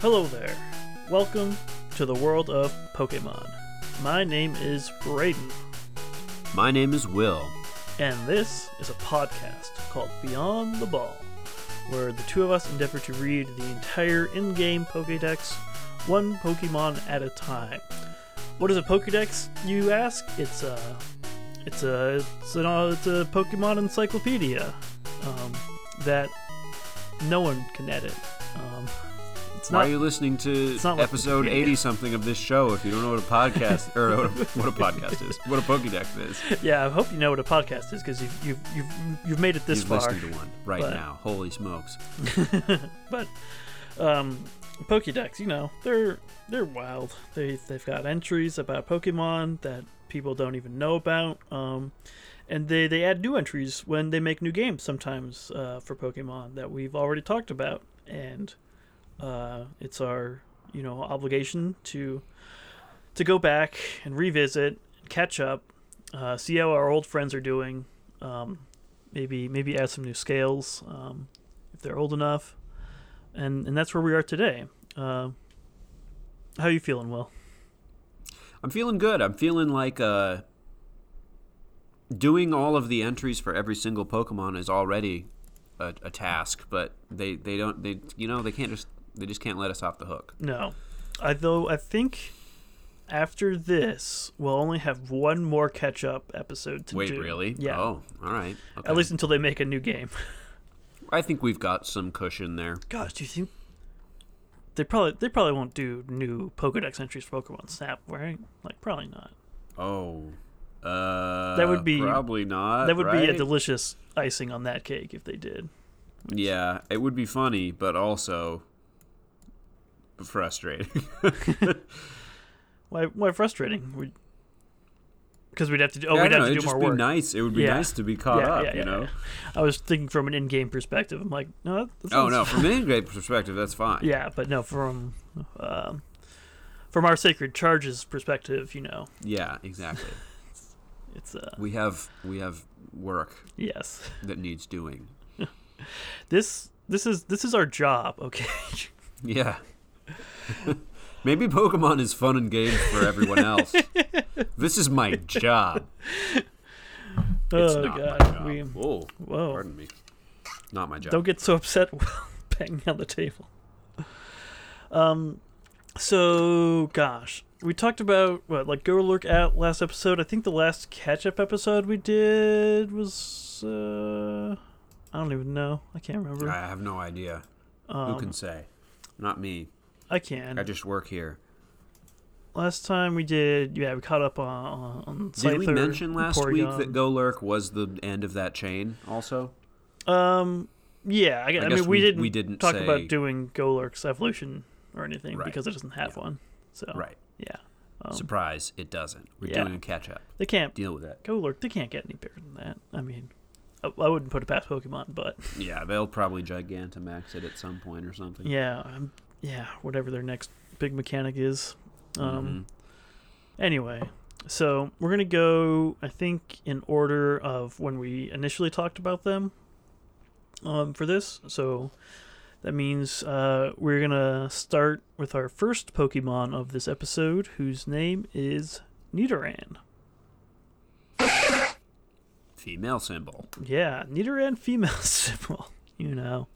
Hello there. Welcome to the world of Pokemon. My name is Brayden, My name is Will. and this is a podcast called Beyond the Ball, where the two of us endeavor to read the entire in game Pokedex, one Pokemon at a time. What is a Pokedex, you ask? It's a. It's a. It's, an, uh, it's a Pokemon encyclopedia um, that no one can edit. Um, it's Why not are you listening to not like episode Wikipedia. 80 something of this show if you don't know what a podcast or what a, what a podcast is? What a Pokedex is. Yeah, I hope you know what a podcast is because you've, you've you've you've made it this You've far. listened to one right but- now. Holy smokes. But um, Pokédex, you know, they're they're wild. They they've got entries about Pokemon that people don't even know about. Um, and they they add new entries when they make new games sometimes uh, for Pokemon that we've already talked about, and uh, it's our you know obligation to to go back and revisit, catch up, uh, see how our old friends are doing. Um, maybe maybe add some new scales um, if they're old enough, and and that's where we are today. Uh, how you feeling, Will? I'm feeling good. I'm feeling like uh, doing all of the entries for every single Pokemon is already a, a task, but they, they don't, they, you know, they can't just, they just can't let us off the hook. No, I though I think after this we'll only have one more catch up episode to Wait, do. really? Yeah. Oh, all right. Okay. At least until they make a new game. I think we've got some cushion there. Gosh, do you think they probably they probably won't do new Pokedex entries for Pokemon Snap, right? Like probably not. Oh. Uh, That would be- probably not. That would be a Uh, right? delicious icing on that cake if they did. yeah. It would be funny, but also frustrating. Why? Why frustrating? Because we'd have to do. Oh, I we'd don't know, have to do it'd just more be work. nice. It would be Yeah. nice to be caught up. you know. I was thinking from an in-game perspective. I'm like, no, that, that Oh sounds- no, from an integrated perspective, that's fine. Yeah, but no, from um, from our sacred charges perspective, you know, Yeah, exactly. it's uh, We have we have work yes. that needs doing. This this is this is our job. Okay. Yeah. Maybe Pokemon is fun and games for everyone else. this is my job. It's oh not God. my job. We oh. Whoa. whoa. Pardon me. Not my job. Don't get so upset while banging on the table. Um, so gosh, we talked about what like go look at last episode. I think the last catch up episode we did was uh, I don't even know. I can't remember. I have no idea. Who Um, can say? Not me. I can. I just work here. last time we did, yeah, we caught up on on, on Did we Scyther, mention last week Porygon. that Go Lurk was the end of that chain? Also, Um, yeah, I, gu- I guess mean, we, we- didn't we didn't talk say- about doing Golurk's evolution or anything Right. because it doesn't have one. So right? yeah, um, Surprise! It doesn't. We're yeah. doing a catch up. they can't Deal with it. go lurk. They can't get any bigger than that. I mean, I, I wouldn't put it past Pokemon, but Yeah, they'll probably Gigantamax it at some point or something. yeah, um, yeah, whatever their next big mechanic is. Mm-hmm. Um, Anyway, so we're gonna go, I think, in order of when we initially talked about them. Um, for this, so that means uh, we're gonna start with our first Pokemon of this episode, whose name is Nidoran. Female symbol. Yeah, Nidoran female symbol. You know,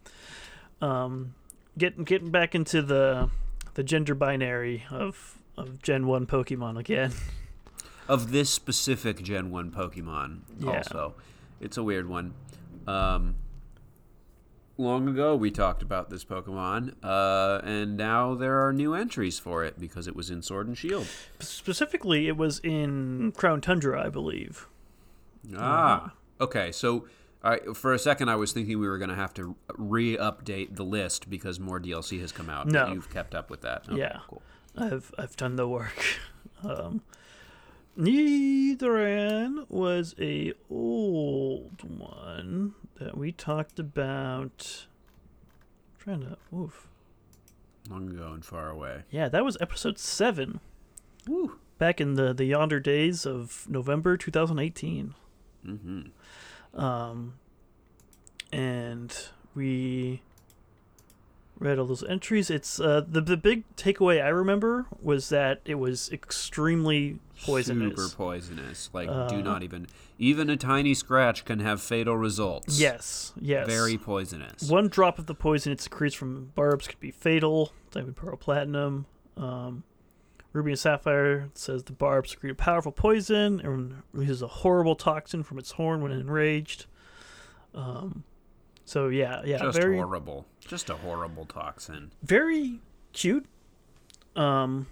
um, getting getting back into the the gender binary of of Gen One Pokemon again. of this specific Gen 1 Pokemon. Yeah. Also, it's a weird one. Um, long ago, we talked about this Pokemon, uh, and now there are new entries for it because it was in Sword and Shield. Specifically, it was in Crown Tundra, I believe. Uh-huh. Ah, okay. So, all right, for a second, I was thinking we were going to have to re-update the list because more DLC has come out. but No. you've kept up with that. Okay, Yeah. cool. I've I've done the work. Um, Nidoran was a old one that we talked about. Trying to oof. Long ago and far away. Yeah, that was episode seven. Woo. back in the the yonder days of November 2018. Mm-hmm. Um, and we read all those entries. It's uh, the the big takeaway I remember was that it was extremely poisonous. Uh-huh. Super poisonous. Like, do not even. Even a tiny scratch can have fatal results. yes, yes. Very poisonous. One drop of the poison it secretes from barbs could be fatal. Diamond, pearl, platinum, um, ruby, and sapphire says the barbs secrete a powerful poison and releases a horrible toxin from its horn when enraged. Um, so yeah, yeah, Just very, horrible. Just a horrible toxin. very cute, um,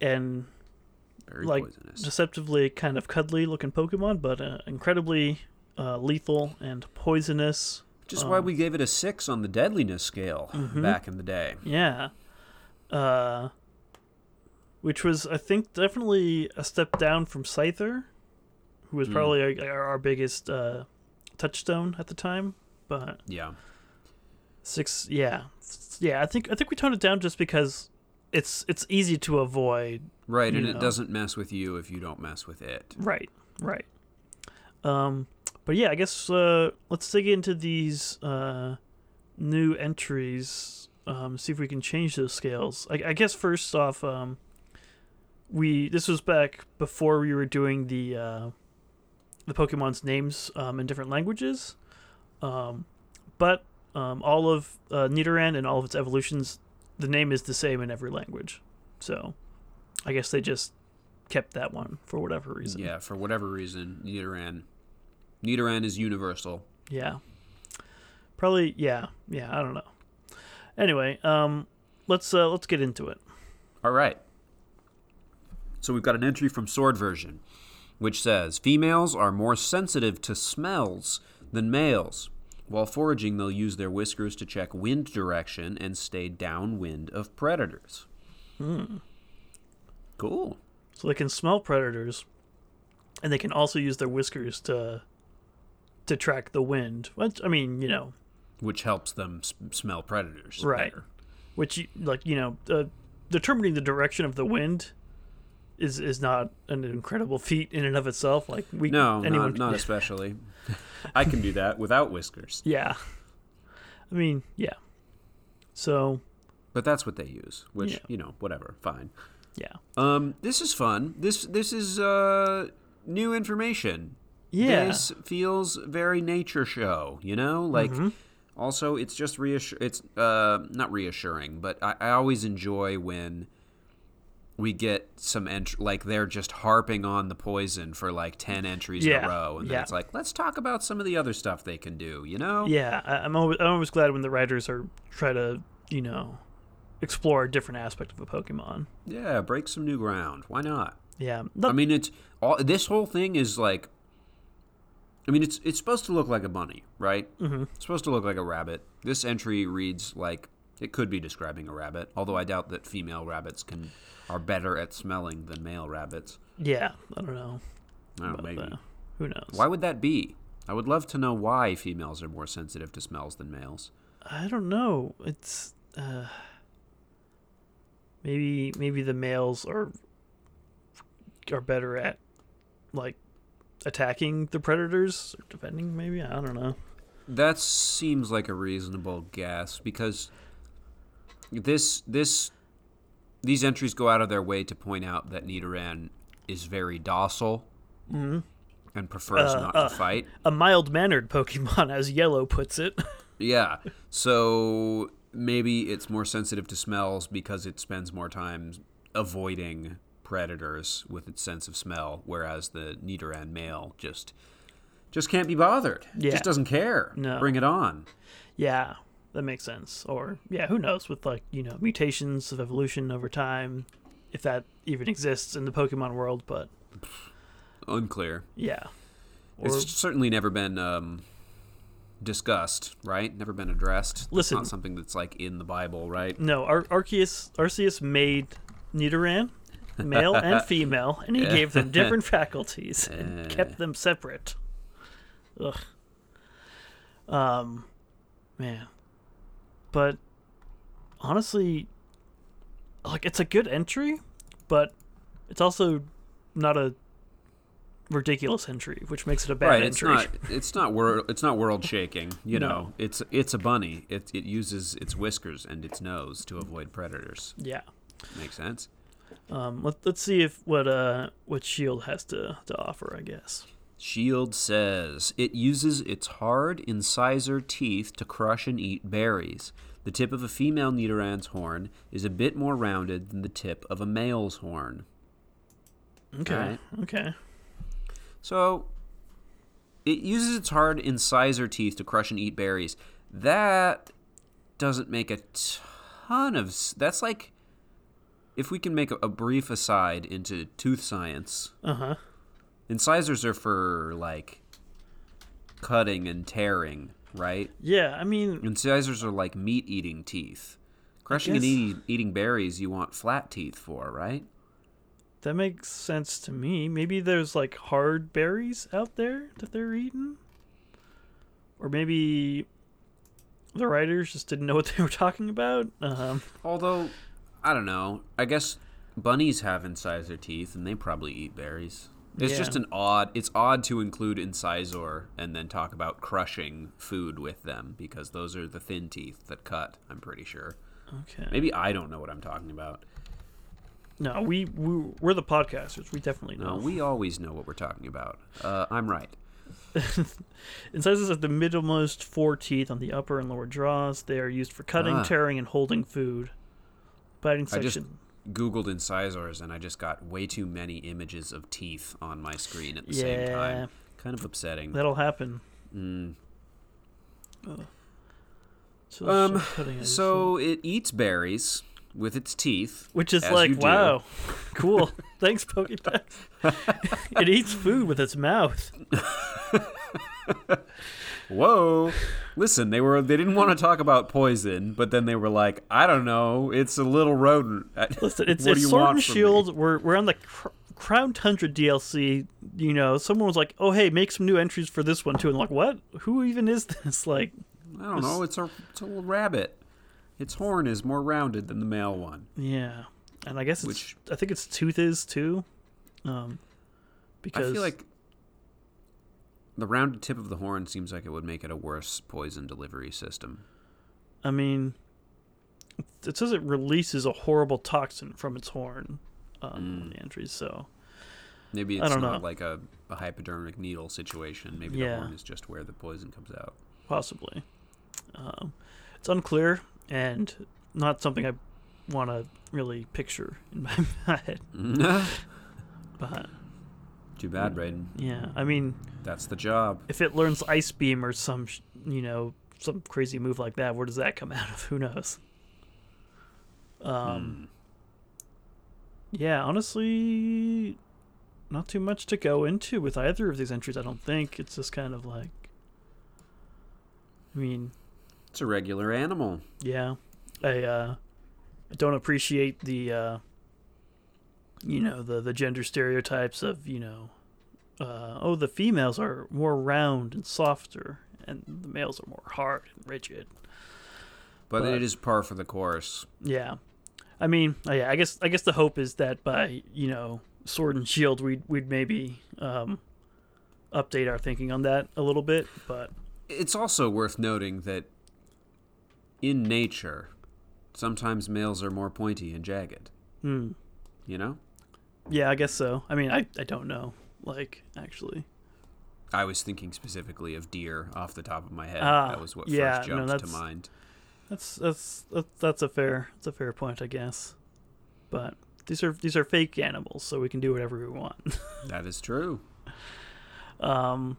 and Very like poisonous. deceptively kind of cuddly looking Pokemon, but uh, incredibly uh, lethal and poisonous. Just why we gave it a six on the deadliness scale Mm-hmm. back in the day. Yeah. Uh, which was, I think, definitely a step down from Scyther, who was probably our, our biggest uh, touchstone at the time. But Yeah. six, yeah, S- yeah. I think I think we toned it down just because it's it's easy to avoid. Right, and You it know. doesn't mess with you if you don't mess with it. Right, right. Um, but yeah, I guess uh, let's dig into these uh, new entries. Um, see if we can change those scales. I, I guess first off, um, we this was back before we were doing the uh, the Pokemon's names um, in different languages, um, but um, all of uh, Nidoran and all of its evolutions, the name is the same in every language. So, I guess they just kept that one for whatever reason. Yeah, for whatever reason, Nidoran. Nidoran is universal. Yeah. Probably yeah. Yeah, I don't know. Anyway, um let's uh let's get into it. All right. So we've got an entry from Sword Version, which says females are more sensitive to smells than males. While foraging, they'll use their whiskers to check wind direction and stay downwind of predators. Hmm. Cool. So they can smell predators and they can also use their whiskers to to track the wind. Which I mean, you know, Which helps them s- smell predators. Right. better. which you- like, you know, uh, determining the direction of the wind is is not an incredible feat in and of itself. Like we No, anyone not, not especially. I can do that without whiskers. Yeah. I mean, yeah. So, But that's what they use, which, Yeah. you know, whatever, fine. yeah. Um, this is fun. This this is uh, new information. Yeah. This feels very nature show, you know? Like Mm-hmm. also it's just reassur it's uh not reassuring, but I, I always enjoy when we get some ent- like they're just harping on the poison for like 10 entries in Yeah, a row and then yeah. it's like let's talk about some of the other stuff they can do you know Yeah, I, I'm always, I'm always glad when the writers are try to you know explore a different aspect of a Pokemon. yeah break some new ground why not Yeah, not, I mean, it's all this whole thing is like. I mean, it's it's supposed to look like a bunny, right? Mm-hmm. It's supposed to look like a rabbit. This entry reads like it could be describing a rabbit, although I doubt that female rabbits can are better at smelling than male rabbits. yeah, I don't know. Oh, maybe. uh, who knows? Why would that be? I would love to know why females are more sensitive to smells than males. I don't know. It's uh, maybe maybe the males are are better at like attacking the predators or defending. Maybe I don't know. That seems like a reasonable guess because this this these entries go out of their way to point out that Nidoran is very docile Mm-hmm. and prefers Uh, not to fight. A mild mannered Pokemon, as Yellow puts it. Yeah, so maybe it's more sensitive to smells because it spends more time avoiding predators with its sense of smell, whereas the Nidoran male just just can't be bothered. Yeah. Just doesn't care. No. Bring it on. Yeah, that makes sense. Or yeah, who knows with like, you know, mutations of evolution over time, if that even exists in the Pokemon world, but Unclear. yeah. Or It's certainly never been um, discussed, right? Never been addressed. It's Listen. not something that's like in the Bible, right? no, Ar- Arceus Arceus made Nidoran male and female, and he gave them different faculties and kept them separate. Ugh. Um man. But honestly like it's a good entry, but it's also not a ridiculous entry, which makes it a bad right, it's entry. not it's not world it's not world shaking. You No. know, it's it's a bunny. It it uses its whiskers and its nose to avoid predators. Yeah. Makes sense. Um, let, let's see if what uh what Shield has to, to offer. I guess. Shield says it uses its hard incisor teeth to crush and eat berries. The tip of a female nidorans horn is a bit more rounded than the tip of a male's horn. Okay. Alright. Okay. So it uses its hard incisor teeth to crush and eat berries. That doesn't make a ton of s- that's like if we can make a, a brief aside into tooth science. Uh huh. Incisors are for like cutting and tearing, right? Yeah. I mean, Incisors are like meat-eating teeth. Crushing and guess- eating, eating berries, you want flat teeth for, right? that makes sense to me. Maybe there's like hard berries out there that they're eating, or maybe the writers just didn't know what they were talking about. Um, Although, I don't know. I guess bunnies have incisor teeth, and they probably eat berries. It's Yeah. just an odd. It's odd to include incisor and then talk about crushing food with them because those are the thin teeth that cut. I'm pretty sure. okay. Maybe I don't know what I'm talking about. No, we, we we're the podcasters. We definitely No, know. we always know what we're talking about. Uh, I'm right. Incisors have the middlemost four teeth on the upper and lower jaws. They are used for cutting, Ah. tearing, and holding food. Biting I section. just googled incisors and I just got way too many images of teeth on my screen at the same Yeah. time. Kind of upsetting. That'll happen. Mm. So Um, shit cutting is- So it eats berries with its teeth, which is as you like, do. wow, cool. Thanks, Pokédex. it eats food with its mouth. Whoa! Listen, they were they didn't want to talk about poison, but then they were like, I don't know, it's a little rodent. Listen, it's, What do it's you Sword want and from Shield. We're we're on the cr- Crown Tundra DLC. You know, someone was like, oh hey, make some new entries for this one too, and like, what? Who even is this? Like, I don't know, it's a it's a little rabbit. Its horn is more rounded than the male one. Yeah, and I guess it's Which- I think it's tooth is too, um, because I feel like the rounded tip of the horn seems like it would make it a worse poison delivery system. I mean, it says it releases a horrible toxin from its horn um, Mm. on the entries. So Maybe I it's don't know. not like a, a hypodermic needle situation. Maybe Yeah. the horn is just where the poison comes out. possibly, um, it's unclear and not something I want to really picture in my head. But Too bad, Brayden. yeah, I mean, That's the job. if it learns ice beam or some sh- you know some crazy move like that where does that come out of who knows Hmm. um yeah honestly not too much to go into with either of these entries i don't think it's just kind of like i mean It's a regular animal. yeah i uh i don't appreciate the uh you know the the gender stereotypes of you know uh oh the females are more round and softer and the males are more hard and rigid But, But- it is par for the course. yeah i mean uh, yeah i guess i guess the hope is that by you know sword and shield we'd we'd maybe um update our thinking on that a little bit but It's also worth noting that in nature, sometimes males are more pointy and jagged. hmm You know? yeah i guess so i mean i i don't know like actually I was thinking specifically of deer off the top of my head. Ah, that was what yeah, no, first jumped to that's- mind. That's that's that- that's a fair that's a fair point, I guess. But these are these are fake animals, so we can do whatever we want. That is true. Um,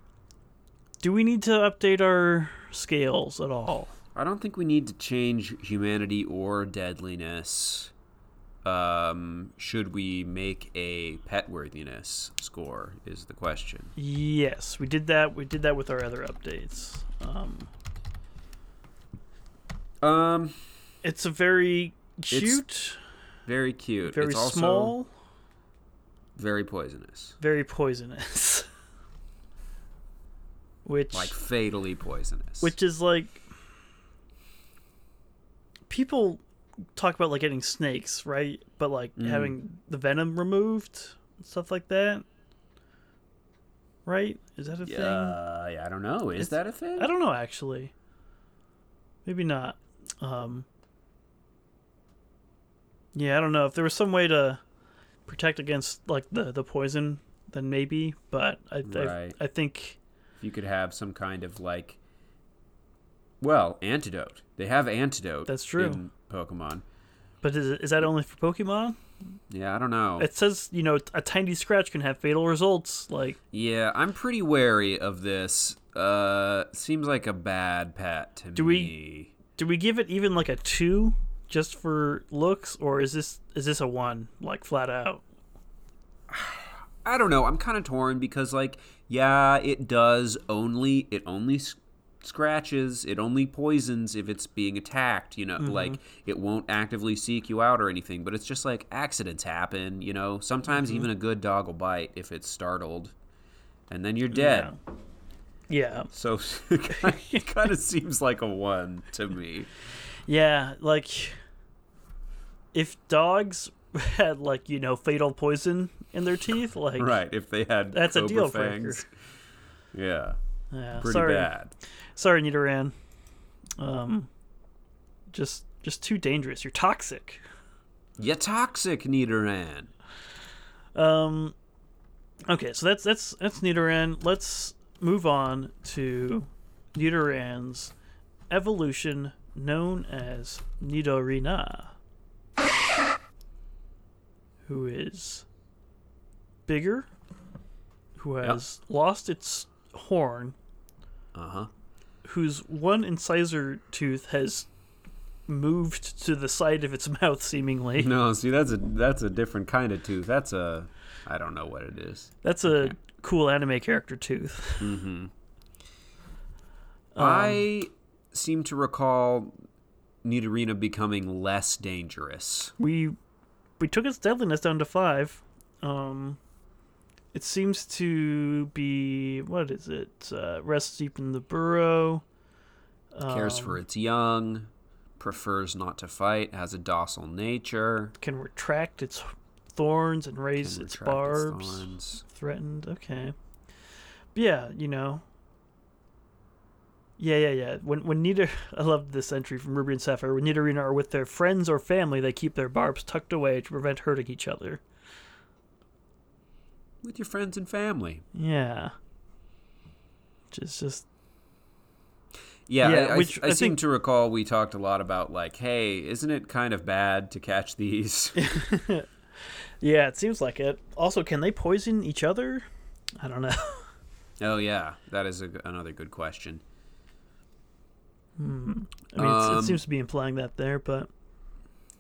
do we need to update our scales at all? I don't think we need to change humanity or deadliness. Um, should we make a pet worthiness score? Is the question. Yes, we did that. We did that with our other updates. Um, Um, it's a very cute, very cute. very it's also small, Very poisonous. very poisonous. Which Like fatally poisonous. which is like people talk about like getting snakes Mm. right but like having the venom removed and stuff like that right? Is that a thing? Uh, yeah, I don't know. It's- Is that a thing? I don't know actually. Maybe not. Um, yeah, I don't know if there was some way to protect against like the the poison, then maybe. But I Right. I, I think If you could have some kind of like, well, antidote. They have antidote. That's true. In Pokemon. But is, it- is that only for Pokemon? Yeah, I don't know. It says, you know, a tiny scratch can have fatal results. Like, yeah, I'm pretty wary of this. Uh, seems like a bad pet to Do we- me. do we give it even like a two just for looks, or is this is this a one like flat out? I don't know. I'm kind of torn because like yeah, it does only it only s- scratches, it only poisons if it's being attacked, you know, Mm-hmm. like it won't actively seek you out or anything, but it's just like accidents happen, you know. Mm-hmm. Sometimes even a good dog will bite if it's startled. And then you're dead. Yeah, So it kind of seems like a 1 to me. yeah. Like, if dogs had like you know fatal poison in their teeth, like Right, if they had that's a cobra deal breaker. fangs. Yeah. Yeah, Pretty sorry, bad. sorry, Nidoran. Um, just just too dangerous. You're toxic. You're toxic, Nidoran. Um, okay, so that's that's that's Nidoran. Let's move on to Nidoran's evolution, known as Nidorina, who is bigger, who has lost its horn, Uh-huh. whose one incisor tooth has moved to the side of its mouth, seemingly. No, see that's a that's a different kind of tooth. That's a I don't know what it is. That's a cool anime character tooth. Um, I seem to recall Nidorina becoming less dangerous. we we took its deadliness down to five. Um, it seems to be what is it? Uh, rests deep in the burrow. Cares Um, for its young, prefers not to fight, has a docile nature, Can retract its thorns and raise its retract barbs. thorns. Threatened. Okay. But yeah, you know. Yeah, yeah, yeah. When when neither I love this entry from Ruby and Sapphire. When Nidorina are with their friends or family, they keep their barbs tucked away to prevent hurting each other. with your friends and family. Yeah. Which is just Yeah, Yeah, I, I- which I, I seem think- to recall we talked a lot about like, hey, isn't it kind of bad to catch these? Yeah, it seems like it. Also, can they poison each other? I don't know. oh yeah, that is a, another good question. I mean, it's, Um, it seems to be implying that there, but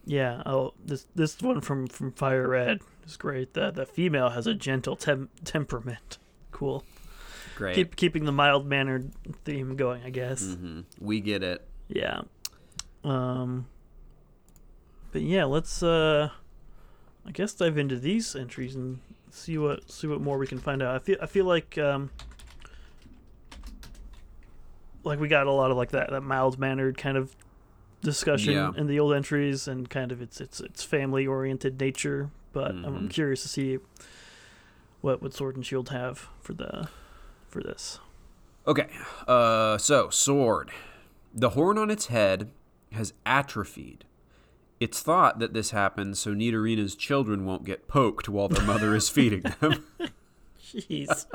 yeah. Oh, this this one from from Fire Red is great. The the female has a gentle tem- temperament. Cool. Great, Keep keeping the mild mannered theme going, I guess. Mm-hmm. we get it. Yeah. Um. But yeah, let's uh, I guess dive into these entries and see what see what more we can find out. I feel I feel like um, like we got a lot of like that that mild mannered kind of discussion Yeah. in the old entries and kind of its its its family oriented nature. But I'm- I'm Mhm. curious to see what would Sword and Shield have for the for this. Okay, uh, so sword. The horn on its head has atrophied. It's thought that this happens so Nidorina's children won't get poked while their mother is feeding them. Jeez.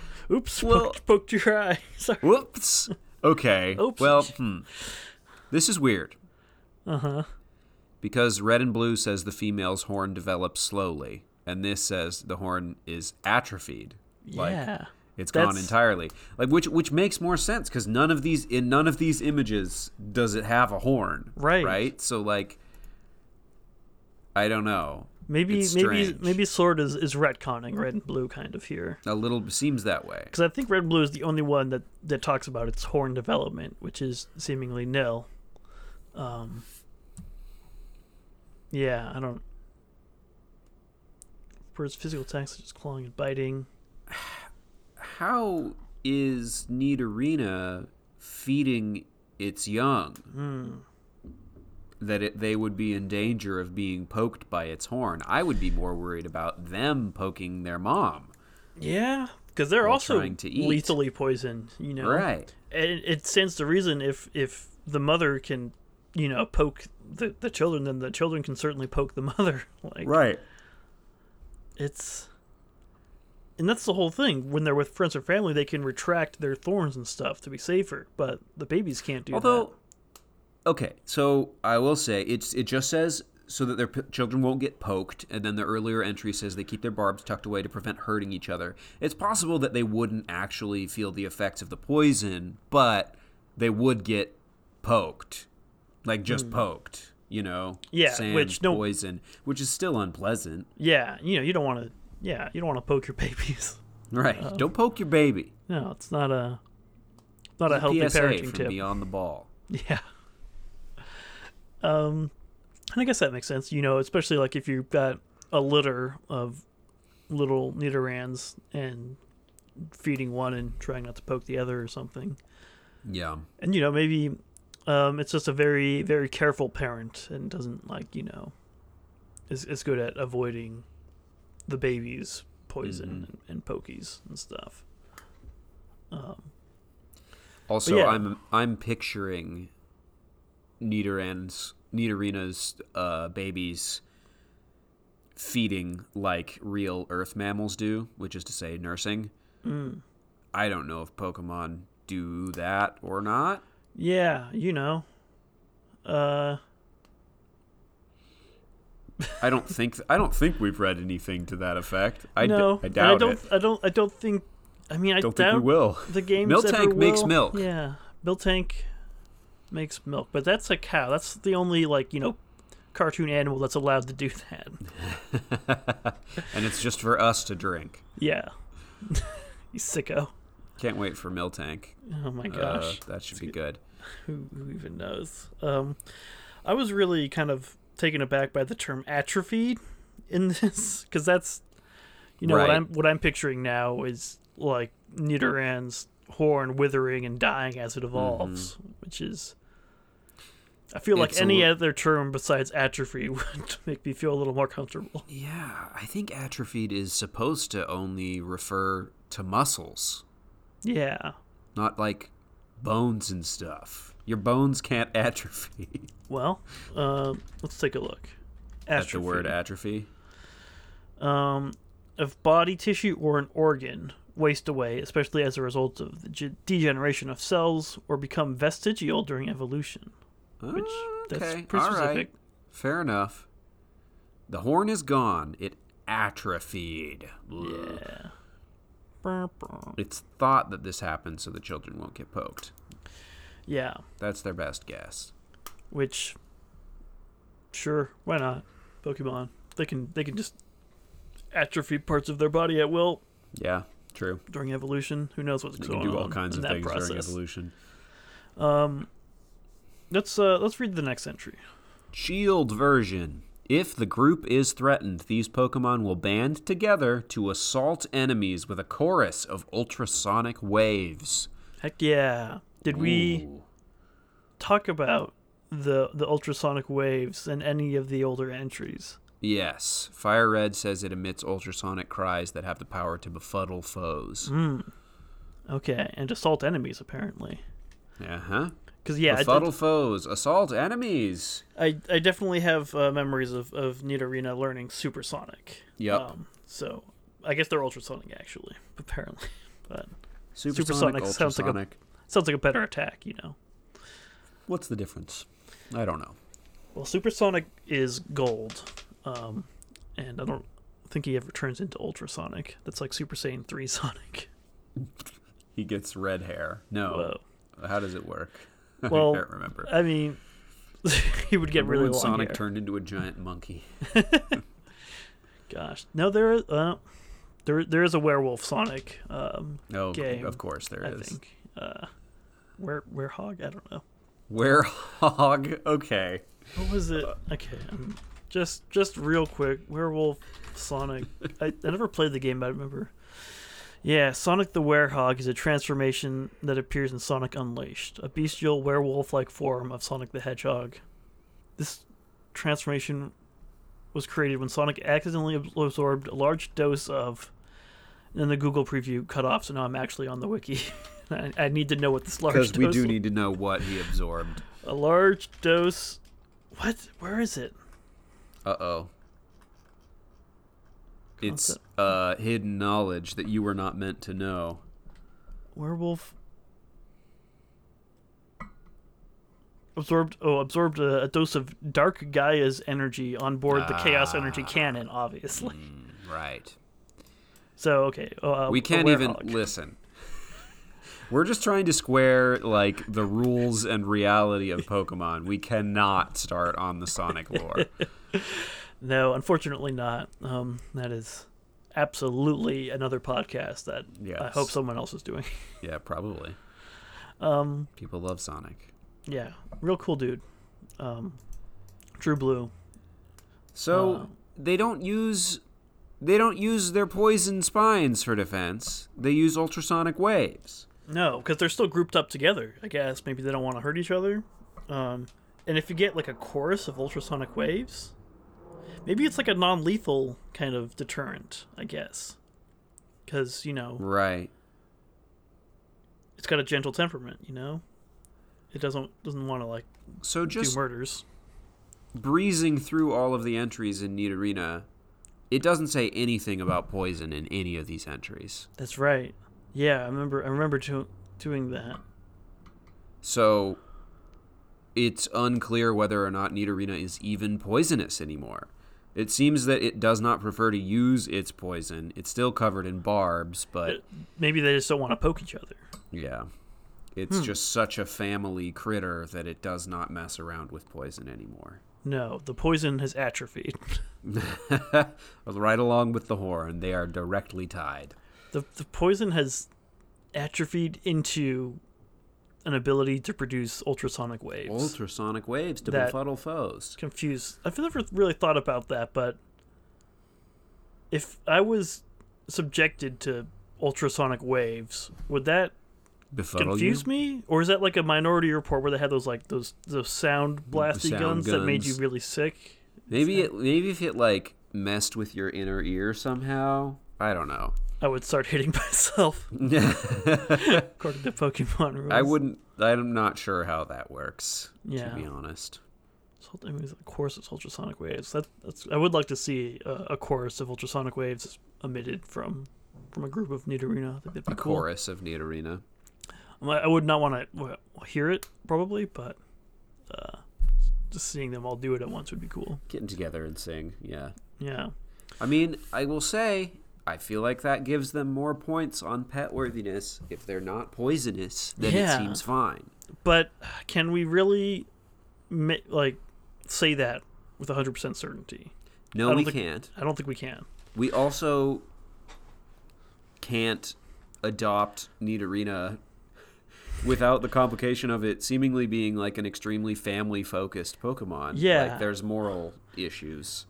Oops, Well- poked, poked your eye. Sorry. Whoops. Okay. Oops. Well, hmm. This is weird Uh huh. because red and blue says the female's horn develops slowly, and this says the horn is atrophied. Like Yeah. it's gone That's- entirely. Like which which makes more sense because none of these in none of these images does it have a horn. Right. Right. So like, I don't know. Maybe it's maybe strange. maybe Sword is, is retconning red and blue kind of here. A little seems that way. Because I think red and blue is the only one that, that talks about its horn development, which is seemingly nil. Um Yeah, I don't for its physical attacks such as clawing and biting. How is Nidorina feeding its young? Hmm. That it, they would be in danger of being poked by its horn. I would be more worried about them poking their mom. Yeah, because they're While also trying to eat. lethally poisoned. You know, Right. And it, it stands to reason if if the mother can, you know, poke the the children, then the children can certainly poke the mother. Like Right. it's. And that's the whole thing. When they're with friends or family, they can retract their thorns and stuff to be safer, but the babies can't do Although, okay, so I will say it's it just says so that their p- children won't get poked, and then the earlier entry says they keep their barbs tucked away to prevent hurting each other. It's possible that they wouldn't actually feel the effects of the poison, but they would get poked, like just poked, you know? Hmm. Yeah, sand, which no- poison, which is still unpleasant, that. Yeah, you know, you don't want to. Yeah, you don't want to poke your babies. right? Oh. Don't poke your baby. No, it's not a not a healthy PSA parenting from tip. Beyond the Ball. Yeah. Um, and I guess that makes sense. You know, especially like if you've got a litter of little nidorans and feeding one and trying not to poke the other or something. Yeah. And you know, maybe um, it's just a very very careful parent and doesn't like you know is is good at avoiding the baby's poison and, and pokies and stuff. Also, yeah. I'm I'm picturing Nidoran's Nidorina's uh, babies feeding like real Earth mammals do, which is to say, nursing. Mm. I don't know if Pokemon do that or not. Yeah, you know. Uh, I don't think I don't think we've read anything to that effect. I, d- no, I and doubt I don't. it. I don't. I don't think. I mean, I Don't doubt think we will. the game. Miltank makes milk. Yeah, Miltank makes milk, but that's a cow. That's the only like you know cartoon animal that's allowed to do that. and it's just for us to drink. Yeah, you sicko. Can't wait for Miltank. Oh my Uh, gosh, that should be good. who, who even knows? Um, I was really kind of taken aback by the term atrophied in this because that's you know what Right. I'm what I'm picturing now is like Nidoran's horn withering and dying as it evolves, Mm-hmm. which is I feel like It's a any li- other term besides atrophy would make me feel a little more comfortable. Yeah, I think atrophied is supposed to only refer to muscles, Yeah. not like bones and stuff. Your bones can't atrophy. Well, uh, let's take a look. That's the word Atrophy. atrophy. um, of body tissue or an organ waste away, especially as a result of the g- degeneration of cells or become vestigial during evolution. Which that's Oh, Okay, pretty all right. specific. Fair enough. The horn is gone. It atrophied. Ugh. Yeah. Brr, brr. It's thought that this happened so the children won't get poked. Yeah. That's their best guess. Which, sure, why not? Pokemon, they can they can just atrophy parts of their body at will Yeah, true. during evolution. Who knows what's They going can do on all kinds in of that things during process. evolution. Let's uh, let's read the next entry. Shield version. If the group is threatened, these Pokemon will band together to assault enemies with a chorus of ultrasonic waves. Heck yeah! Did we? Ooh. talk about the the ultrasonic waves in any of the older entries. Yes. Fire Red says it emits ultrasonic cries that have the power to befuddle foes. Hmm. Okay, and assault enemies apparently. Uh huh. Because Mm. yeah, I, befuddle foes, assault enemies. I I definitely have uh, memories of of Nidorina learning supersonic. Um, Yep. Oh, so I guess they're ultrasonic actually, apparently. But Supersonic, supersonic sounds like a- ultrasonic. sounds like a better attack, you know. What's the difference? I don't know. Well, supersonic is gold, um, and I don't think he ever turns into ultrasonic. That's like Super Saiyan three Sonic. He gets red hair. No. Whoa. How does it work? Well, I can't remember. I mean, he would get Remember really when long Sonic hair. turned into a giant monkey. Gosh, no, there is uh, there there is a werewolf Sonic um, Oh, game, of course there I is. think. Uh, where where hog? I don't know. Werehog. Okay. What was it? Uh, Okay, um, just just real quick, werewolf Sonic. I, I never played the game, but I remember. Yeah, Sonic the Werehog is a transformation that appears in Sonic Unleashed, a bestial werewolf-like form of Sonic the Hedgehog. This transformation was created when Sonic accidentally absorbed a large dose of And the Google preview cut off, so now I'm actually on the wiki. I, I need to know what this large Because we dose do need to know what he absorbed. a large dose. What? Where is it? Uh oh. It's Concept. uh, hidden knowledge that you were not meant to know. Werewolf absorbed. Oh, absorbed a, a dose of Dark Gaia's energy on board the Ah. Chaos Energy Cannon, obviously. Right. So okay, uh, Hmm. We a can't even werehog. listen. We're just trying to square like the rules and reality of Pokemon. We cannot start on the Sonic lore. No, unfortunately not. Um, that is absolutely another podcast that I Yes. hope someone else is doing. Yeah, probably. Um, People love Sonic. yeah, real cool dude. Um, True Blue. So they don't use they don't use their poison spines for defense. They use ultrasonic waves. No, because they're still grouped up together. I guess maybe they don't want to hurt each other. Um, and if you get like a chorus of ultrasonic waves, maybe it's like a non-lethal kind of deterrent. I guess because you know Right. it's got a gentle temperament. You know, it doesn't doesn't want to like So do just murders. breezing through all of the entries in Need Arena, it doesn't say anything about poison in any of these entries. That's right. Yeah, I remember. I remember do- doing that. So it's unclear whether or not Need Arena is even poisonous anymore. It seems that it does not prefer to use its poison. It's still covered in barbs, but Maybe they just don't want to poke each other. yeah. It's Hmm. just such a family critter that it does not mess around with poison anymore. No, the poison has atrophied. right along with the horn, they are directly tied. the the poison has atrophied into an ability to produce ultrasonic waves. Ultrasonic waves to That- befuddle foes. Confused. I've never really thought about that, but if I was subjected to ultrasonic waves, would that Befuddle confuse you? me? Or is that like a Minority Report where they had those like those those sound blasty sound guns, that made you guns. really sick? Maybe it, maybe if it like messed with your inner ear somehow. I don't know. I would start hitting myself according to Pokemon rules. I wouldn't. I'm not sure how that works. Yeah. To be honest. Salt- I mean, it's a chorus of ultrasonic waves. That, that's. I would like to see a, a chorus of ultrasonic waves emitted from from a group of Nidorina. I think that'd be A cool. chorus of Need Arena. I'm like- I would not want to hear it probably, but uh, just seeing them all do it at once would be cool. Getting together and sing. Yeah. Yeah. I mean, I will say, I feel like that gives them more points on pet worthiness if they're not poisonous. Then Yeah. it seems fine. But can we really, ma- like, say that with 100% certainty? I No, don't we think- can't. I don't think we can. We also can't adopt Nidorina without the complication of it seemingly being like an extremely family focused Pokemon. Yeah. Like there's moral issues.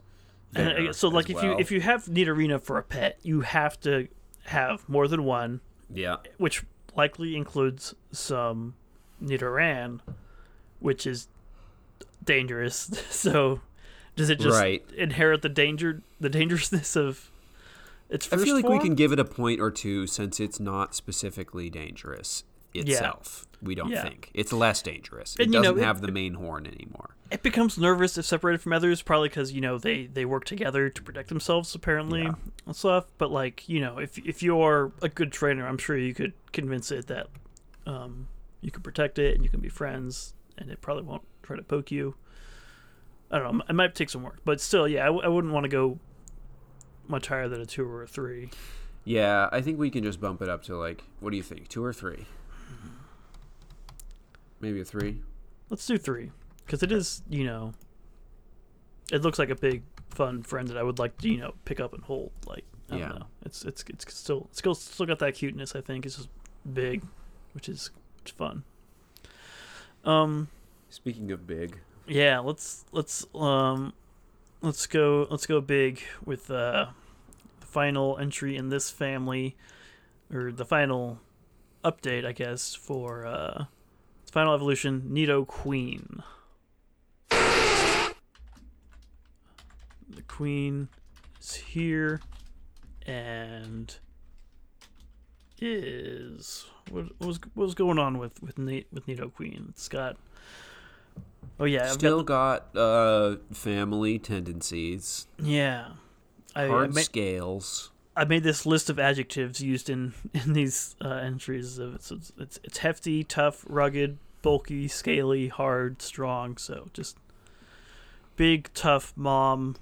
And I- there so, like, as if you well. if you have Nidorina for a pet, you have to have more than one Yeah. which likely includes some Nidoran, which is dangerous. So, does it just Right. inherit the danger, the dangerousness of its I first feel like we form? can give it a point or two since it's not specifically dangerous itself. We don't Yeah. think. It's less dangerous. It And, you know, doesn't it- have the main horn anymore. It becomes nervous if separated from others, probably because you know they they work together to protect themselves apparently Yeah. and stuff. But like you know, if if you're a good trainer, I'm sure you could convince it that um, you can protect it and you can be friends, and it probably won't try to poke you. I don't know. It might take some work, but still, yeah, I, w- I wouldn't want to go much higher than a two or a three. Yeah, I think we can just bump it up to like what do you think? Two or three? Maybe a three? Let's do three because it is you know, it looks like a big fun friend that I would like to you know pick up and hold. Like I Yeah. don't know, it's it's it's still it's still still got that cuteness. I think it's just big, which is fun. Um, Speaking of big. yeah, let's let's um, let's go let's go big with uh, the final entry in this family, or the final update, I guess, for uh, final evolution, Nido Queen. The queen is here, and is what what was what was going on with with Nate with Nito Queen? It's got oh yeah, I've Still got uh, family tendencies, got, Oh, yeah. I, I, hard ma- scales. I made this list of adjectives used in in these uh, entries. Of it's, it's it's hefty, tough, rugged, bulky, scaly, hard, strong. So just big, tough mom.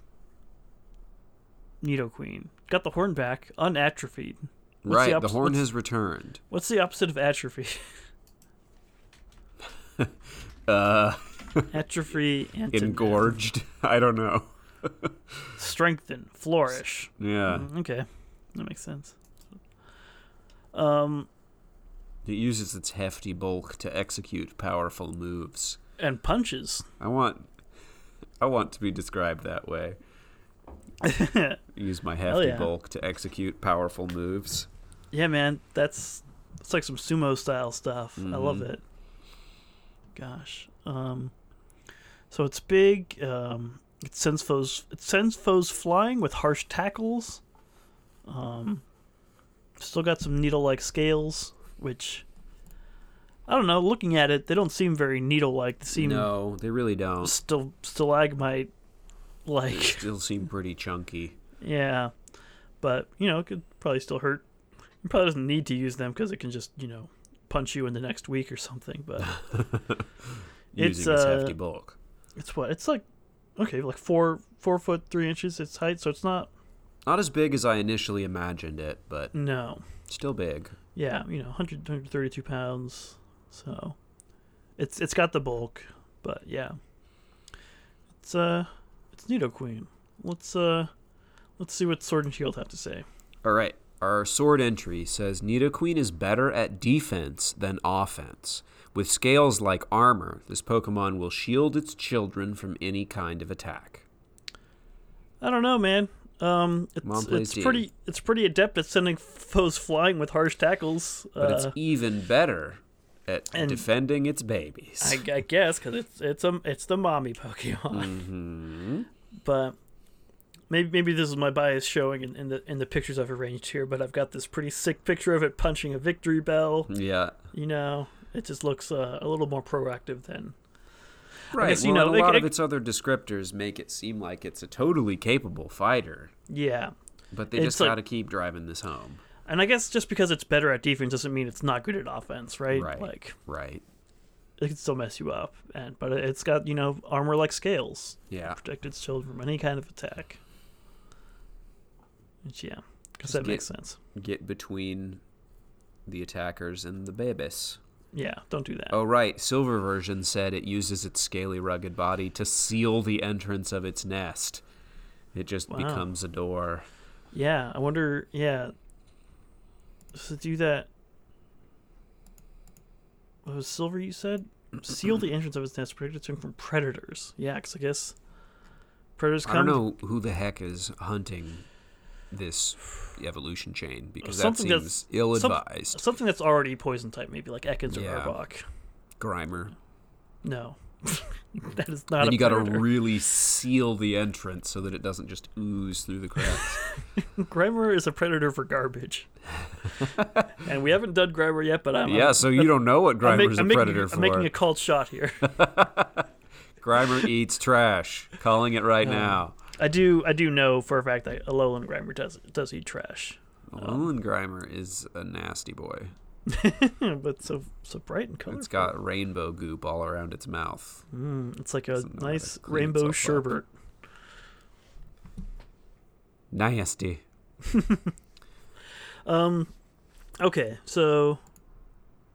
Nido Queen got the horn back, unatrophied. What's right, the the, opposite- horn what's- has returned. What's the opposite of atrophy? Uh, atrophy, antonym. engorged. I don't know. strengthen, flourish. Yeah, Mm, Okay, that makes sense. Um, it uses its hefty bulk to execute powerful moves. and punches. I want, I want to be described that way. Use my hefty yeah. bulk to execute powerful moves. Yeah, man, that's it's like some sumo style stuff. I love it. Gosh. Um so it's big, um it sends foes it sends foes flying with harsh tackles. Um still got some needle like scales, which I don't know, looking at it, they don't seem very needle like. They seem No, they really don't. still stalagmite like Still seem pretty chunky. yeah, but you know, it could probably still hurt. It probably doesn't need to use them because it can just you know punch you in the next week or something. But It's, Using its uh, hefty bulk. it's what it's like. Okay, like four four foot three inches its height, so it's not Not as big as I initially imagined it, but no. still big. Yeah, you know, 100, 132 pounds. So it's it's got the bulk, but yeah, it's uh it's Nido Queen. Let's uh let's see what Sword and Shield have to say. All right. Our sword entry says Nita Queen is better at defense than offense. With scales like armor, this Pokemon will shield its children from any kind of attack. I don't know, man. Um, it's Mom plays it's D. pretty it's pretty adept at sending foes flying with harsh tackles. But Uh, it's even better at and- defending its babies. I, I guess because it's it's a it's the mommy Pokemon. Mm-hmm. But maybe maybe this is my bias showing in, in the in the pictures I've arranged here. But I've got this pretty sick picture of it punching a victory bell. yeah. You know, it just looks uh, a little more proactive than Right. guess, you well, know, and a it- lot it- of its other descriptors make it seem like it's a totally capable fighter, yeah. but they It's just like- got to keep driving this home. And I guess just because it's better at defense doesn't mean it's not good at offense, right? Right. Like Right. it can still mess you up, and but it's got you know armor like scales. Yeah. protect its children from any kind of attack. Which, yeah, because that get- makes sense. Get between the attackers and the babies. Yeah, don't do that. Oh, right. Silver version said it uses its scaly, rugged body to seal the entrance of its nest. It just Wow. becomes a door. Yeah, I wonder. Yeah, does it do that? What was silver? You said seal the entrance of its nest, protect its children from predators. Yeah, 'cause I guess predators I come. don't know who the heck is hunting this evolution chain because that Something that's- seems ill some- advised. Something that's already poison type, maybe like Ekans or Yeah. Arbok. Grimer. No, that is not. And a you got to predator. really seal the entrance so that it doesn't just ooze through the cracks. Grimer is a predator for garbage. and we haven't done Grimer yet, but I'm I'm- yeah, so you don't know what I'm, make- Grimer's I'm a making, predator I'm for. making a cold shot here. Grimer eats trash. Calling it right now. I do I do know for a fact that Alolan Grimer does does eat trash. Alolan Grimer is a nasty boy. but so so bright and colorful. Mm, It's got rainbow goop all around its mouth. It's like a Something that'll nice clean rainbow itself up. sherbet. Nasty. Okay, so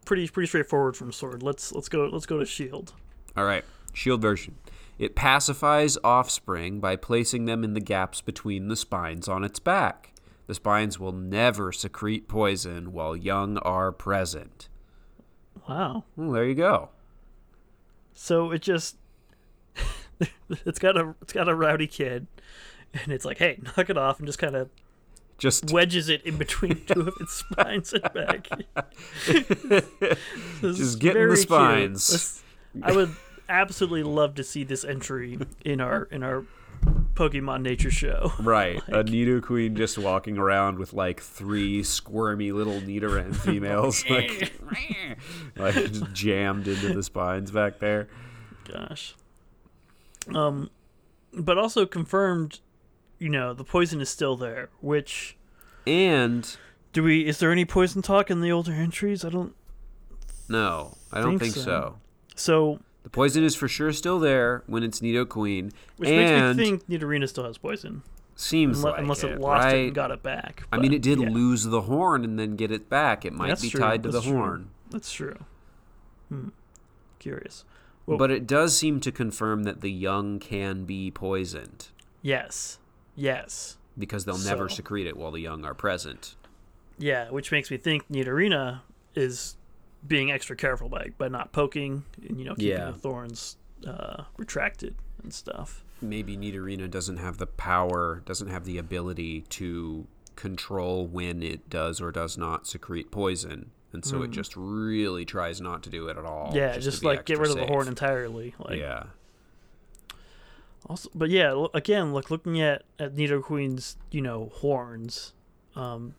pretty pretty straightforward from sword. Let's let's go let's go to shield. All right, shield version. It pacifies offspring by placing them in the gaps between the spines on its back. The spines will never secrete poison while young are present. Wow. Well, there you go. So it just it's got a it's got a rowdy kid and it's like, hey, knock it off and just kinda Just wedges it in between two of its spines and back. Just get in the spines. I would absolutely love to see this entry in our in our Pokemon Nature Show. Right. a Nido Queen just walking around with like three squirmy little Nidoran females like, like just jammed into the spines back there. Gosh. Um, but also confirmed, you know, the poison is still there. Which And do we? Is there any poison talk in the older entries? I don't. no, I don't Think think, so. so. So, The poison is for sure still there when it's Nido Queen. which makes and me think Nidorina still has poison, seems unless, like unless it, it, lost right? it and got it back. I but mean, it did yeah. lose the horn and then get it back. It might That's be true. tied to That's the true. horn. That's true. Hmm. Curious. Well- but it does seem to confirm that the young can be poisoned Yes. Yes. because they'll never So- secrete it while the young are present. Yeah, which makes me think Nidorina is being extra careful by, by not poking and, you know, keeping Yeah. the thorns uh, retracted and stuff. Maybe Nidorina doesn't have the power, doesn't have the ability to control when it does or does not secrete poison. And so it just really tries not to do it at all. Hmm. yeah, Oh, to just, be like get extra rid of safe. the horn entirely. Like, yeah. Also, but yeah, lo- again, like looking at at Nido Queen's, you know, horns, um,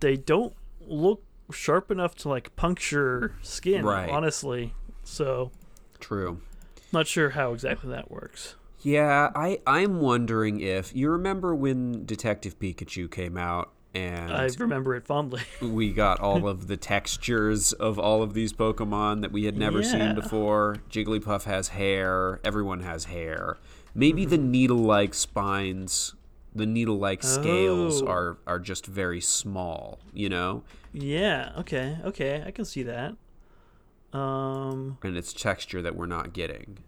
they don't look sharp enough to like puncture skin. Right. Honestly, so True. not sure how exactly that works. Yeah, I I'm wondering if you remember when Detective Pikachu came out and I remember it fondly. we got all of the textures of all of these Pokemon that we had never Yeah. seen before. Jigglypuff has hair. Everyone has hair. Maybe the Mm-hmm. needle-like spines, the needle-like scales Oh. are are just very small. You know, yeah. Okay. Okay. I can see that. Um. and it's texture that we're not getting.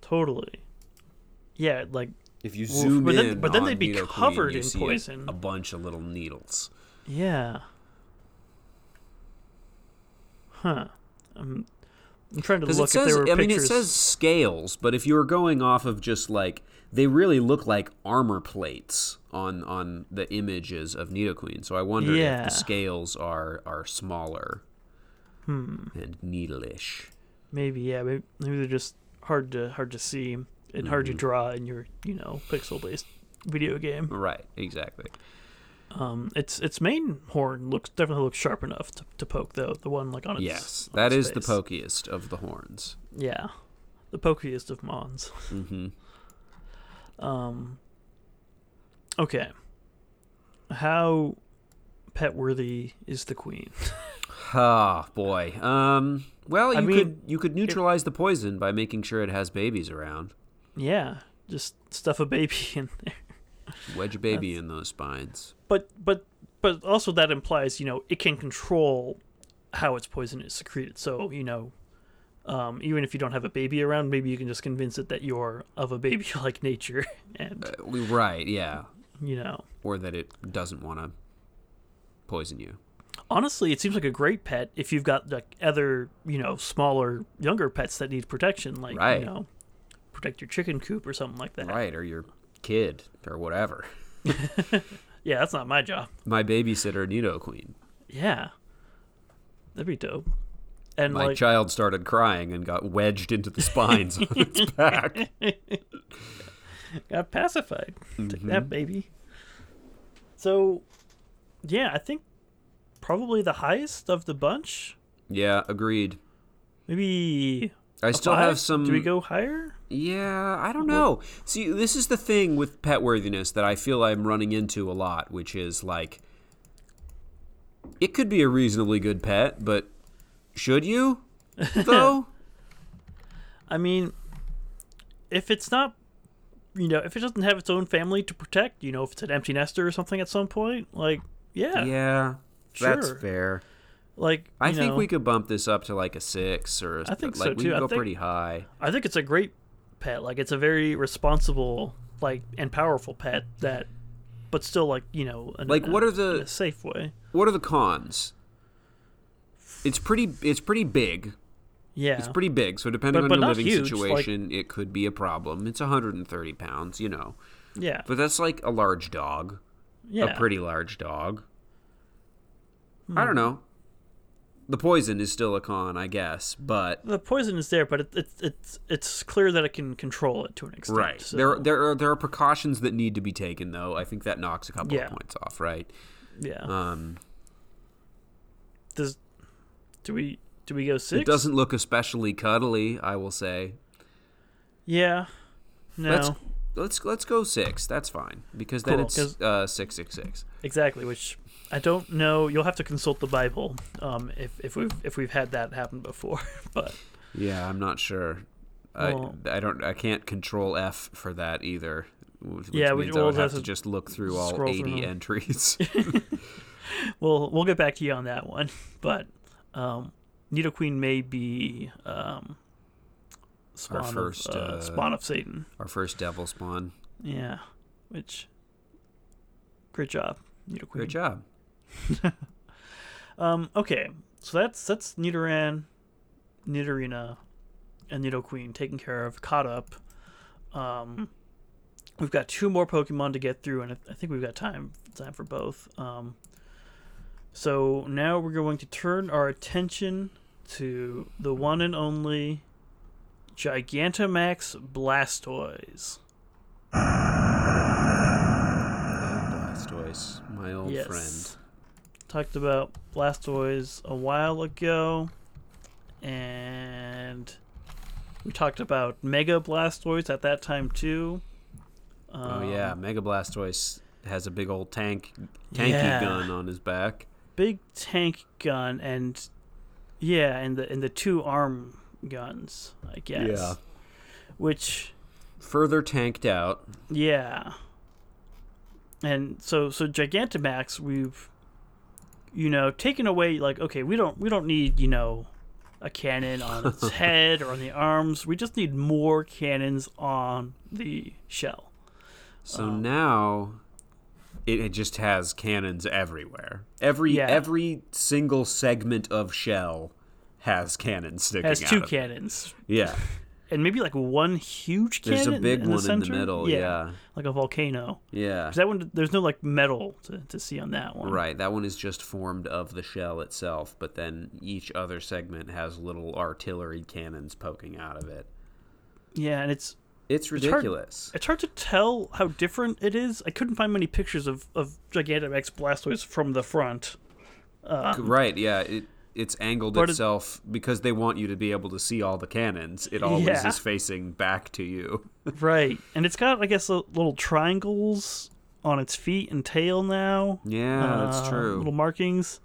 Totally. Yeah. Like. If you Well, zoom but then- in, but then on they'd be Nidoqueen, covered you in see a- poison. A bunch of little needles. Yeah. Huh. I'm, I'm trying to Because look it says, if there were I mean, it pictures. says scales, but if you were going off of just like they really look like armor plates on on the images of Nidoqueen. So I wonder if Yeah. the scales are are smaller and needleish. Hmm, Maybe yeah, maybe, maybe they're just hard to hard to see and hard Mm-hmm. to draw in your you know pixel based video game. Right, exactly. Um, its its main horn looks definitely looks sharp enough to, to poke though. The one like on its Yes, on that its is the face. pokiest of the horns. Yeah, the pokiest of mons. hmm Um. Okay. How pet worthy is the queen? Ah, boy. Um. Well, you I could mean, you could neutralize the poison by making sure it has babies around. yeah, just stuff a baby in there. Wedge a baby in those spines. but but but also that implies you know it can control how its poison is secreted so you know um, even if you don't have a baby around maybe you can just convince it that you're of a baby like nature and Uh, Right. Yeah. you know or that it doesn't want to poison you. honestly it seems like a great pet if you've got like other you know smaller younger pets that need protection like Right. you know protect your chicken coop or something like that Right, or your kid or whatever. yeah that's not my job My babysitter Nido Queen. yeah that'd be dope and My like child started crying and got wedged into the spines on its back. got pacified. Take Mm-hmm. that, baby. So, yeah, I think probably the highest of the bunch. Yeah, agreed. Maybe I still five? have some Do we go higher? Yeah, I don't know. See, this is the thing with pet worthiness that I feel I'm running into a lot, which is like it could be a reasonably good pet, but should you? Though? I mean, if it's not, you know, if it doesn't have its own family to protect, you know, if it's an empty nester or something at some point, like, yeah, yeah. That's Sure. fair. like you I think know, we could bump this up to like a six or a, I think like so, we too. could I go think- pretty high. I think it's a great pet. Like, it's a very responsible, like, and powerful pet that, but still, like, you know, in- Like, what are the- in a safe way? What are the cons? It's pretty. It's pretty big. Yeah, It's pretty big. So depending But- on but your not living huge, like- situation, it could be a problem. It's 130 pounds, you know, yeah, but that's like a large dog, yeah. Hmm. a pretty large dog. I don't know. the poison is still a con, I guess, but The poison is there, but it, it, it's it's clear that it can control it to an extent. right so- there there are there are precautions that need to be taken though. I think that knocks a couple Yeah. of points off, right? yeah. Um, Does do we do we go six? it doesn't look especially cuddly, I will say. Yeah. No. Let's let's let's go six. That's fine because then Cool, it's 'cause- uh, six six six. Exactly, which I don't know. You'll have to consult the Bible um, if if we've if we've had that happen before. but Yeah, I'm not sure. Well- I I don't I can't control F for that either. Which Yeah, we- means I we'll would have have to, to just look through all scroll 80 through them. entries. we'll we'll get back to you on that one. But um, Needle Queen may be um, spawn first, of, uh, uh, spawn of Satan. Our first devil spawn. Yeah, which great job, Needle Queen. Great job. Um, okay, so that's that's Nidoran, Nidorina, and Nido Queen taken care of, caught up. Um, we've got two more Pokemon to get through, and I- I think we've got time time for both. Um, so now we're going to turn our attention to the one and only Gigantamax Blastoise. Blastoise, my old friend. Talked about Blastoise a while ago, and we talked about Mega Blastoise at that time too. Oh Um, yeah, Mega Blastoise has a big old tank tanky Yeah. gun on his back. big tank gun and yeah, and the and the two arm guns, I guess. Yeah. Which Further tanked out. Yeah. And so so Gigantamax we've you know, taken away like okay, we don't we don't need, you know, a cannon on its head or on the arms. We just need more cannons on the shell. So Um, now it, it just has cannons everywhere. Every Yeah. every single segment of shell has cannons sticking It has out. two of it. cannons. Yeah. And maybe like one huge cannon. There's a big in one the in center. the middle. Yeah. Like a volcano. Yeah. 'Cause That one there's no like metal to, to see on that one. Right. That one is just formed of the shell itself, but then each other segment has little artillery cannons poking out of it. Yeah, and it's It's hard- ridiculous. It's hard to tell how different it is. I couldn't find many pictures of, of Gigantamax Blastoise from the front. Uh, right. Yeah. It it's angled But it- itself because they want you to be able to see all the cannons. It always Yeah. is facing back to you. Right. And it's got, I guess, li- little triangles on its feet and tail now. Yeah, that's Uh, true. Little markings,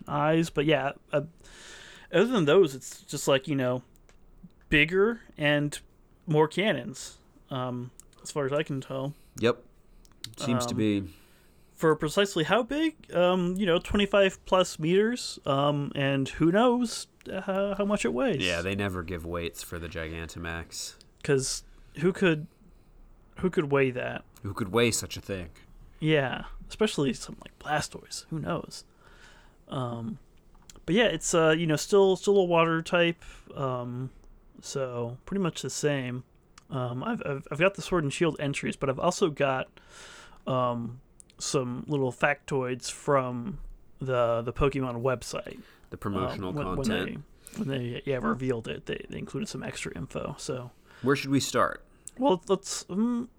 and eyes. But yeah, uh, other than those, it's just like, you know, bigger and more cannons, um, as far as I can tell. Yep. Seems um, to be. for precisely how big um you know 25 plus meters um and who knows uh, how, how much it weighs Yeah, they never give weights for the Gigantamax. because who could who could weigh that Who could weigh such a thing? yeah especially something like blastoise who knows um but yeah it's uh you know still still a water type um so pretty much the same um i've i've, I've got the sword and shield entries but i've also got um some little factoids from the the pokemon website um, The promotional when- when content. they- When they, yeah, revealed it, they, they included some extra info. So, Where should we start? well, let's um,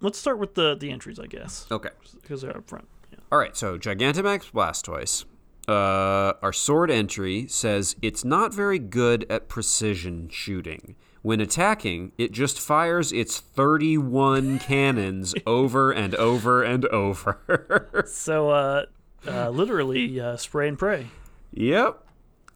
let's start with the the entries, I guess, Okay. because they're up front. Yeah. All right, so Gigantamax Blastoise. Uh, our sword entry says it's not very good at precision shooting. When attacking, it just fires its 31 cannons over and over and over. So, uh, uh, literally, uh, spray and pray. Yep.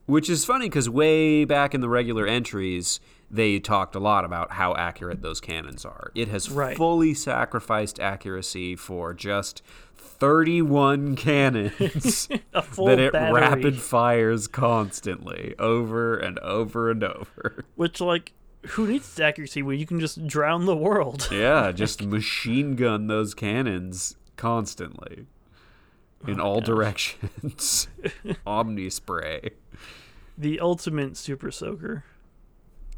Which is funny because way back in the regular entries, they talked a lot about how accurate those cannons are. It has Right. fully sacrificed accuracy for just 31 cannons A full that it battery, rapid fires constantly over and over and over. which like. Who needs accuracy when you can just drown the world? Yeah, just machine gun those cannons constantly Oh in all directions. Omni spray. The ultimate super soaker.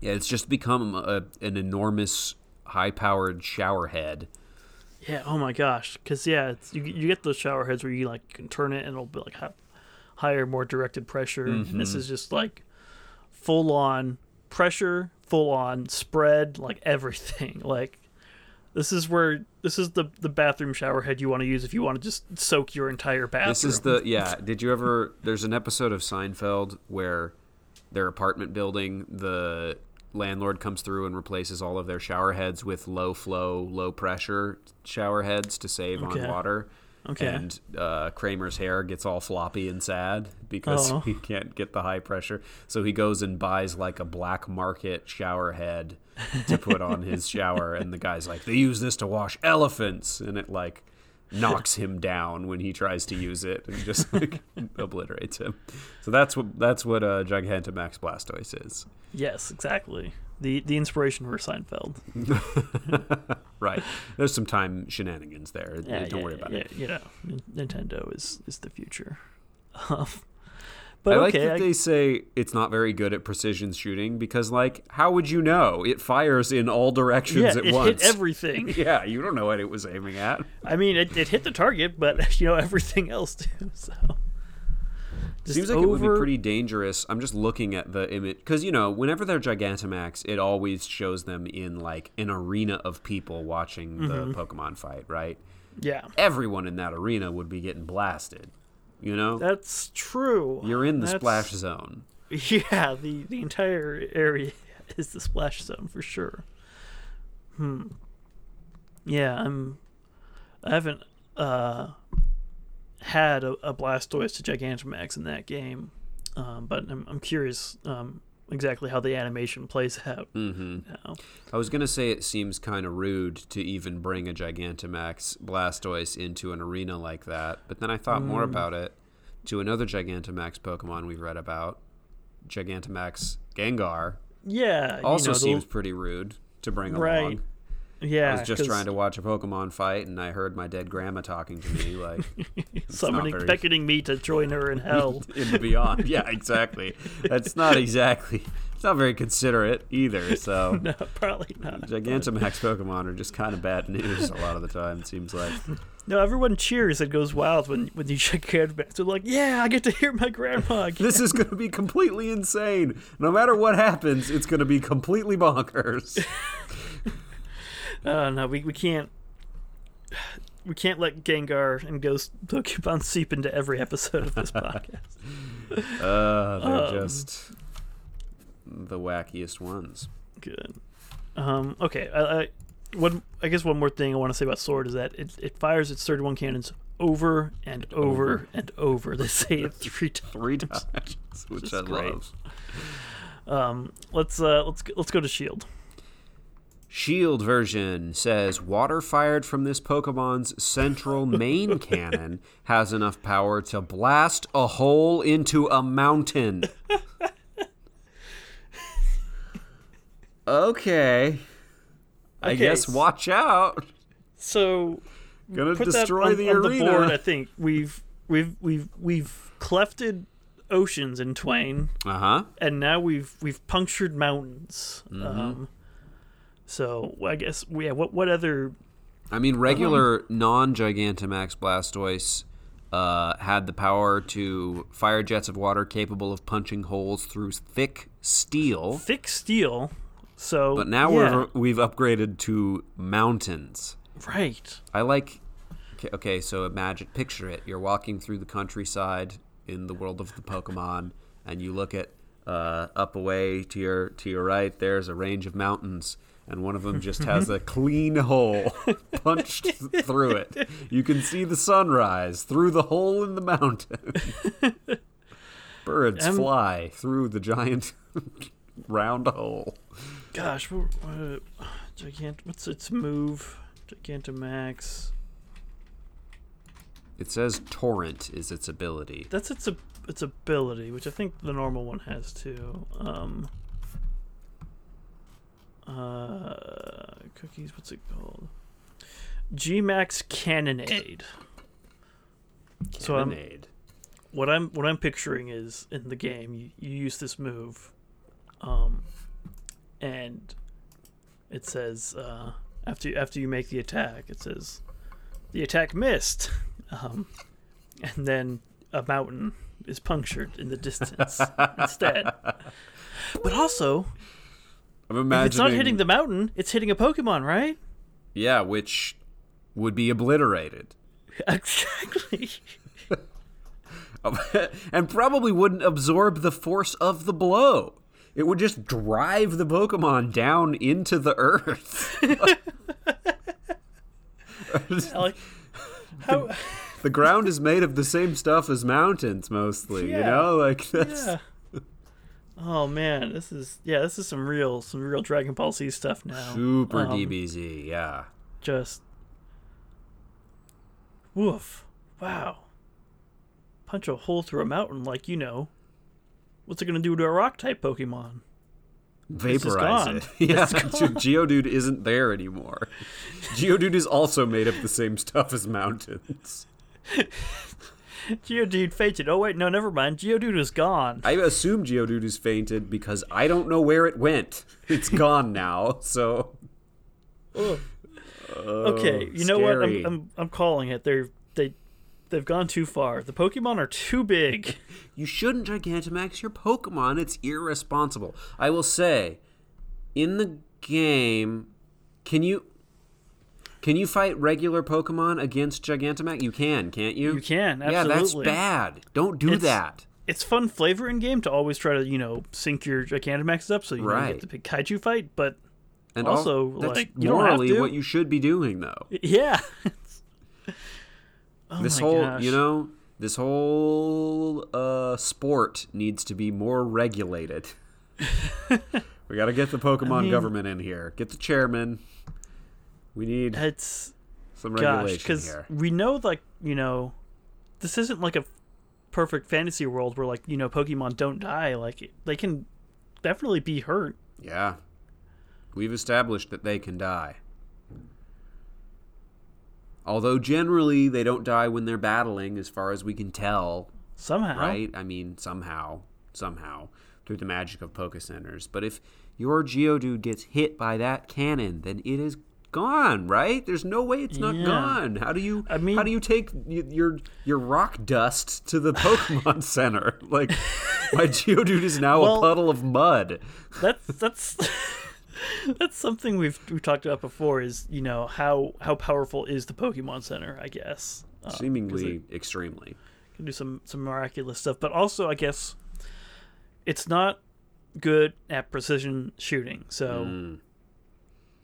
Yeah, it's just become a, an enormous, high-powered shower head. Yeah. Oh my gosh. Because yeah, it's, you you get those shower heads where you like can turn it and it'll be like have higher, more directed pressure. Mm-hmm. This is just like full on pressure, full on spread, like everything. Like this is where this is the the bathroom shower head you want to use if you want to just soak your entire bathroom. This is the yeah. Did you ever? There's an episode of Seinfeld where their apartment building, the landlord comes through and replaces all of their shower heads with low flow, low pressure shower heads to save Okay. on water. Okay. And uh, Kramer's hair gets all floppy and sad because Oh. he can't get the high pressure. So he goes and buys like a black market shower head to put on his shower. And the guy's like, they use this to wash elephants. And it like knocks him down when he tries to use it and just like obliterates him. So that's what that's what uh, Gigantamax Blastoise is. yes, exactly. The the inspiration for Seinfeld. Right. There's some time shenanigans there. Yeah, Don't yeah, worry about yeah, it. You know, N- Nintendo is is the future. Um, but I like okay, that I- they say it's not very good at precision shooting because, like, how would you know? It fires in all directions yeah, at it once. hit everything. yeah, you don't know what it was aiming at. I mean, it, it hit the target, but you know everything else too. So Just Seems like it would be over- pretty dangerous. I'm just looking at the image because you know, whenever they're Gigantamax, it always shows them in like an arena of people watching Mm-hmm. the Pokemon fight. Right? Yeah, Everyone in that arena would be getting blasted. You know, that's true. you're in the That's- splash zone. Yeah, the the entire area is the splash zone for sure. Hmm. Yeah, I'm. I haven't uh had a, a Blastoise to Gigantamax in that game, um, but I'm I'm curious um exactly how the animation plays out Hmm. now. I was gonna say it seems kind of rude to even bring a Gigantamax Blastoise into an arena like that, but then I thought Mm. more about it. To another Gigantamax Pokemon we've read about, Gigantamax Gengar, Yeah, you also know, the- seems pretty rude to bring Right. along. Yeah, I was just 'cause trying to watch a Pokemon fight, and I heard my dead grandma talking to me like summoning, very- beckoning me to join her in hell. in the beyond. Yeah, exactly. That's not exactly. It's not very considerate either. So no, probably not. Gigantamax Pokemon are just kind of bad news a lot of the time. It seems like. No, everyone cheers and goes wild when when you check handbags. They're like, "Yeah, I get to hear my grandma." again." This is going to be completely insane. No matter what happens, it's going to be completely bonkers. Uh, no, we, we can't we can't let Gengar and Ghost Pokemon seep into every episode of this podcast. Uh, Um, they're just the wackiest ones. Good. Um, okay. I, I, one, I guess one more thing I want to say about Sword is that it, it fires its 31 cannons over and over, over. and over. They say it three times. Three times, which I great. love. Um, let's uh, let's go- let's go to Shield. Shield version says water fired from this Pokemon's central main cannon has enough power to blast a hole into a mountain. okay. I Okay, guess s- watch out. So Gonna put destroy that on, the on arena. the board. I think we've we've we've we've clefted oceans in twain, uh huh. and now we've we've punctured mountains. Mm-hmm. Um, so I guess yeah. What what other? I mean, regular non Gigantamax Blastoise uh, had the power to fire jets of water capable of punching holes through thick steel. Thick steel. So But now yeah, we're we've upgraded to mountains. right. I like. Okay, okay, so imagine, picture it. You're walking through the countryside in the world of the Pokemon, and you look at uh, up away to your to your right. There's a range of mountains, and one of them just has a clean hole punched th- through it. You can see the sunrise through the hole in the mountain. Birds Um, fly through the giant round hole. Gosh, what, what, gigant. What's its move? Gigantamax. It says torrent is its ability. That's its ab- its ability, which I think the normal one has too. Um, uh, cookies. What's it called? Gmax Cannonade. So um, I'm, Cannonade. what I'm what I'm picturing is in the game you, you use this move, um, and it says uh, after after you make the attack it says the attack missed, um, and then a mountain is punctured in the distance instead. But also, I'm if imagining. it's not hitting the mountain, it's hitting a Pokemon, right? Yeah, which would be obliterated. Exactly. and probably wouldn't absorb the force of the blow. It would just drive the Pokemon down into the earth. Like, how? the ground is made of the same stuff as mountains, mostly. You Yeah. know, like that's Yeah. Oh man, this is yeah, this is some real some real Dragon Ball Z stuff now. super Um, DBZ. Yeah, Just woof. Wow. Punch a hole through a mountain like you know. What's it gonna do to a rock type Pokemon? is vaporize gone. it. Yeah, Geodude isn't there anymore. Geodude is also made of the same stuff as mountains. Geodude fainted. Oh wait, no, never mind. Geodude is gone. I assume Geodude is fainted because I don't know where it went. It's gone now, so Ugh. okay, you know what? scary. I'm, I'm I'm calling it. They're they they've gone too far. The Pokemon are too big. You shouldn't Gigantamax your Pokemon. It's irresponsible. I will say, in the game, can you can you fight regular Pokemon against Gigantamax? You can, can't you? You can, Yeah, that's absolutely. bad. Don't do It's- that. it's fun flavor in game to always try to you know sync your Gigantamax up so you know, you Right. get the big kaiju fight. But And also, al- that's like, you don't have morally to. what you should be doing, though. yeah, oh this my whole, gosh. you know, this whole uh, sport needs to be more regulated. we got to get the Pokemon government in here. Get the chairman. We need it's some gosh regulation because here. we know like you know this isn't like a perfect fantasy world where like you know Pokemon don't die. Like they can definitely be hurt. Yeah. We've established that they can die. Although generally they don't die when they're battling, as far as we can tell, Somehow, right? I mean, somehow, somehow, through the magic of Poke Centers. But if your Geodude gets hit by that cannon, then it is gone, right? There's no way it's not Yeah. gone. How do you? I mean- how do you take y- your your rock dust to the Pokemon Center? Like, my Geodude is now a Well- uh, puddle of mud. that's that's that's something we've we talked about before. Is you know how how powerful is the Pokemon Center? I guess Uh, 'cause seemingly extremely. can do some some miraculous stuff but also i guess it's not good at precision shooting so Hmm.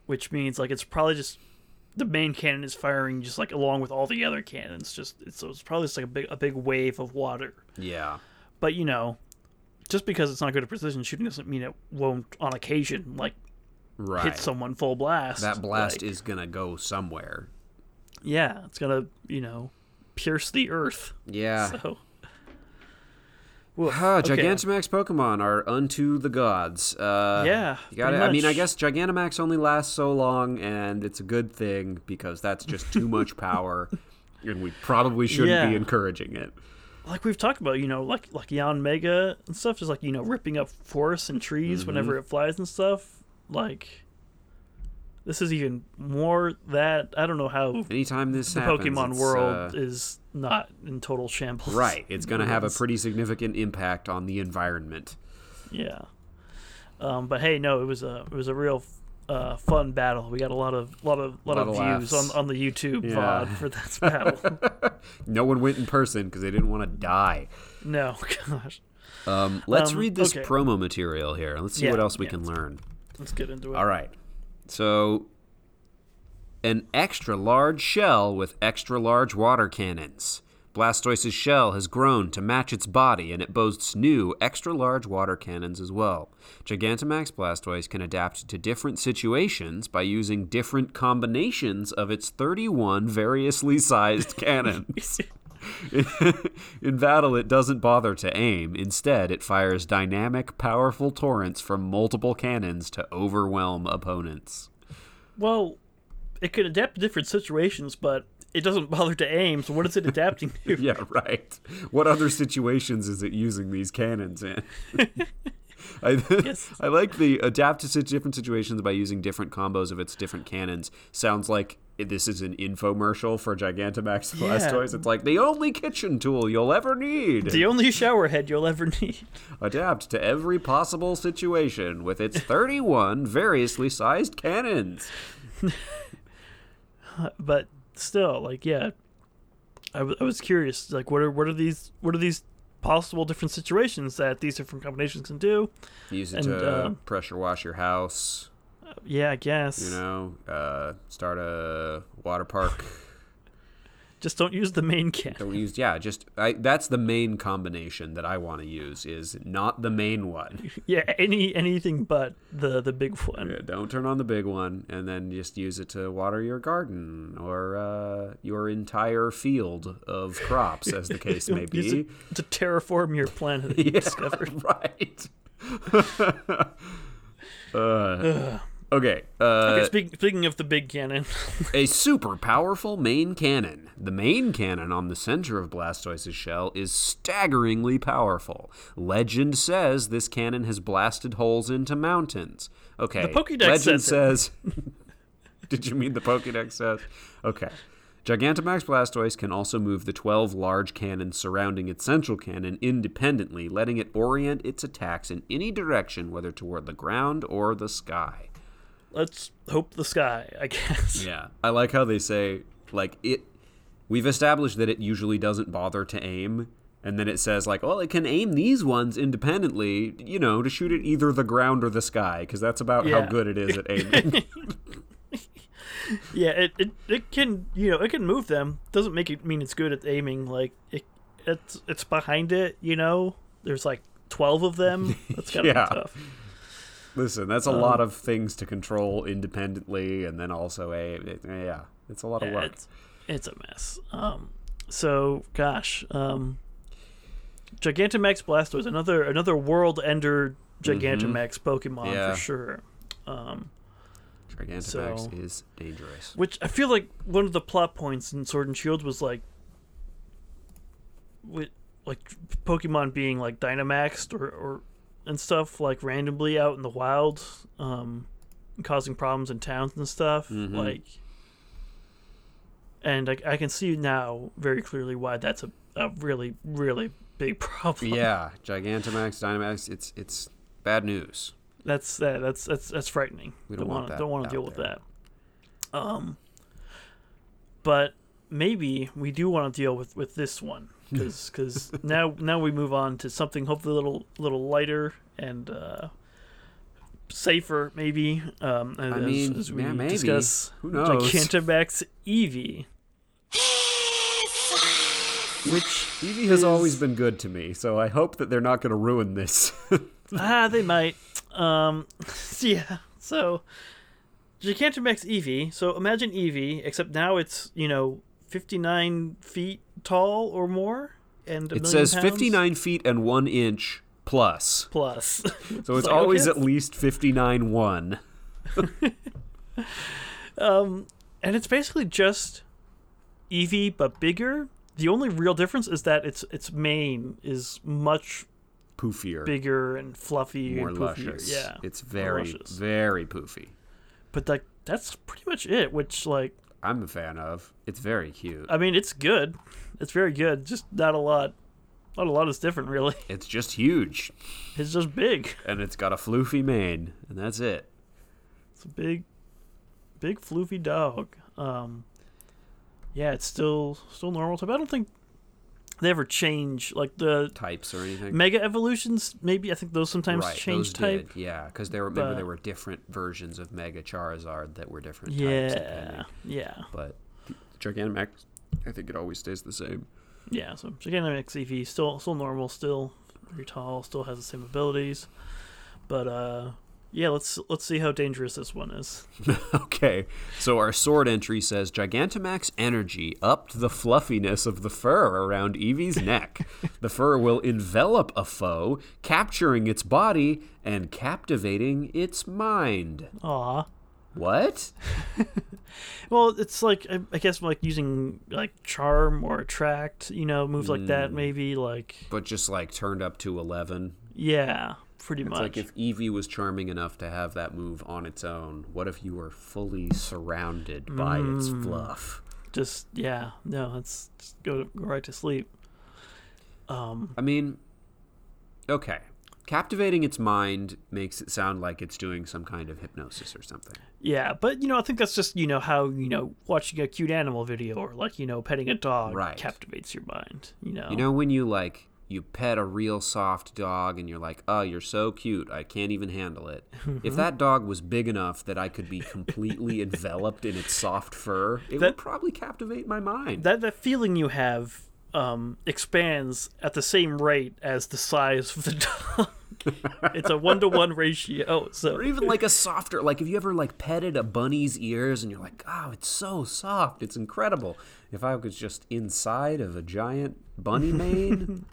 which means like it's probably just the main cannon is firing just like along with all the other cannons just it's, so it's probably just like a big a big wave of water Yeah. but you know just because it's not good at precision shooting doesn't mean it won't on occasion like Right. hit someone full blast that blast Like, is gonna go somewhere. yeah it's gonna you know pierce the earth Yeah. so Woof. Ah, Okay. Gigantamax Pokemon are unto the gods. Uh, Yeah, you gotta- pretty I mean, I much. guess Gigantamax only lasts so long, and it's a good thing because that's just too much power, and we probably shouldn't be Yeah. encouraging it. like we've talked about, you know, like like Yon Mega and stuff is like you know ripping up forests and Mm-hmm. trees whenever it flies and stuff. Like this is even more that I don't know how Anytime this the happens, Pokemon it's, world uh, is not in total shambles. right, it's gonna have a pretty significant impact on the environment. Yeah. Um, but hey, no, it was a it was a real uh, fun battle. We got a lot of lot of lot, Lot of, of views laughs. on, on the YouTube Yeah. VOD for this battle. No one went in person because they didn't want to die. no, gosh, Um, let's Um, read this okay. promo material here. Let's see Yeah, what else we yeah, can let's- learn. let's get into it. All right. So, an extra large shell with extra large water cannons. Blastoise's shell has grown to match its body and it boasts new extra large water cannons as well. Gigantamax Blastoise can adapt to different situations by using different combinations of its 31 variously sized cannons. In battle, it doesn't bother to aim. Instead, it fires dynamic, powerful torrents from multiple cannons to overwhelm opponents. Well, it could adapt to different situations, but it doesn't bother to aim. So what is it adapting to? Yeah, right. What other situations is it using these cannons in? I, Yes. I like the adapt to such different situations by using different combos of its different cannons. Sounds like this is an infomercial for Gigantamax Yeah. Blastoise. It's like the only kitchen tool you'll ever need. The only shower head you'll ever need. Adapt to every possible situation with its 31 variously sized cannons. But still, like, yeah, I, w- I was curious. Like, what are what are these what are these possible different situations that these different combinations can do? Use it And, to uh, pressure wash your house. Yeah, I guess. You know, uh, start a water park. Just don't use the main can. Don't use yeah. Just I, that's the main combination that I want to use is not the main one. Yeah, any anything but the the big one. Yeah, don't turn on the big one, and then just use it to water your garden or uh, your entire field of crops, as the case may Use be. it to terraform your planet that you Yeah, discovered. right. Uh, okay. Uh, Okay, speak, speaking of the big cannon, A super powerful main cannon. The main cannon on the center of Blastoise's shell is staggeringly powerful. Legend says this cannon has blasted holes into mountains. Okay. The Pokédex Legend says says. Did you mean the Pokédex says? Okay. Gigantamax Blastoise can also move the 12 large cannons surrounding its central cannon independently, letting it orient its attacks in any direction, whether toward the ground or the sky. let's hope the sky, I guess. Yeah. I like how they say like it we've established that it usually doesn't bother to aim and then it says like well it can aim these ones independently, you know, to shoot at either the ground or the sky because that's about how Yeah. good it is at aiming. Yeah, it, it, it can you know it can move them. Doesn't make it mean it's good at aiming. Like it it's it's behind it. You know, there's like twelve of them. That's gotta Yeah. be tough. Listen, that's Um, a lot of things to control independently and then also aim. It- yeah. It's a lot of Yeah, work. It's, it's a mess. Um, so gosh, um, Gigantamax Blastoise, another another world ender Gigantamax Pokemon Mm-hmm. Yeah. for sure. Um, Gigantamax so- is dangerous. which I feel like one of the plot points in Sword and Shield was like, with like Pokemon being like Dynamaxed or or and stuff like randomly out in the wild, um, and causing problems in towns and stuff. Like, and I, I can see now very clearly why that's a, a really really big problem. Yeah, Gigantamax, Dynamax, it's it's bad news. That's that. That's that's that's frightening. We don't want wanna- that Don't want out to deal with there. that. Um, but maybe we do want to deal with with this one because now now we move on to something hopefully a little little lighter and uh, safer maybe. Um, and I as, mean, as we yeah, maybe. discuss Who knows? Gigantamax Eevee, which Eevee has always been good to me, so I hope that they're not going to ruin this. ah, they might. Um, yeah. So, Gigantamax Eevee. So imagine Eevee, except now it's you know 59 feet tall or more, and a It million says pounds 59 feet and 1 inch plus. plus. So it's like, always okay. at least 59 1. and it's basically just Eevee but bigger. The only real difference is that its its mane is much Poofier. bigger and fluffy more and poofier. luscious. Yeah, It's more very, luscious. very poofy. But like that's pretty much it. Which like I'm a fan of. It's very cute. I mean, it's good. It's very good. Just not a lot. Not a lot is different, really. It's just huge. It's just big. And it's got a floofy mane. And that's it. It's a big, big floofy dog. Um, yeah, it's still still normal type. I don't think they ever change like the Types or anything. mega evolutions. Maybe I think those sometimes right, change those type. did. Yeah, because there remember but- there were different versions of Mega Charizard that were different types. Yeah, depending. yeah, But Gigantamax, I think it always stays the same. yeah. So Gigantamax EV E still still normal. Still very tall. Still has the same abilities. But uh, yeah, let's let's see how dangerous this one is. Okay, so our sword entry says Gigantamax energy upped the fluffiness of the fur around Eevee's neck. the fur will envelop a foe, capturing its body and captivating its mind. Aw. What? Well, it's like I, I guess like using like charm or Mm. attract, you know, moves like that. Maybe like But just like turned up to 11. yeah, pretty It's much. like if Eevee was charming enough to have that move on its own, what if you were fully surrounded by its fluff? just yeah, no, let's just go, go right to sleep. I mean, okay. Captivating its mind makes it sound like it's doing some kind of hypnosis or something. Yeah, but you know, I think that's just you know how you know watching a cute animal video or like you know petting a dog Right. captivates your mind. You know, You know when you like you pet a real soft dog and you're like, "Oh, you're so cute. I can't even handle it." If that dog was big enough that I could be completely enveloped in its soft fur, it That- would probably captivate my mind. that that feeling you have um, expands at the same rate as the size of the dog. it's a one to one ratio. So or even like a softer like if you ever like petted a bunny's ears and you're like oh it's so soft it's incredible if i was just inside of a giant bunny mane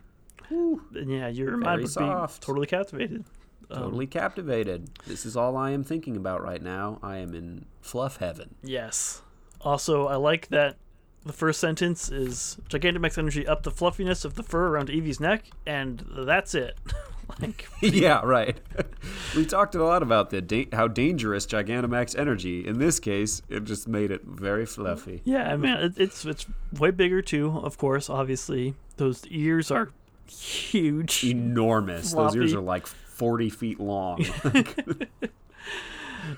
yeah, your mind Very would soft. be totally captivated. totally captivated this is all i am thinking about right now i am in fluff heaven Yes. Also, I like that the first sentence is Gigantamax energy up the fluffiness of the fur around Eevee's neck, and that's it. like, yeah right we talked a lot about the da- how dangerous gigantamax energy in this case it just made it very fluffy yeah, I mean, it, it's it's way bigger too. Of course, obviously, those ears are huge. enormous those ears Floppy. are like 40 feet long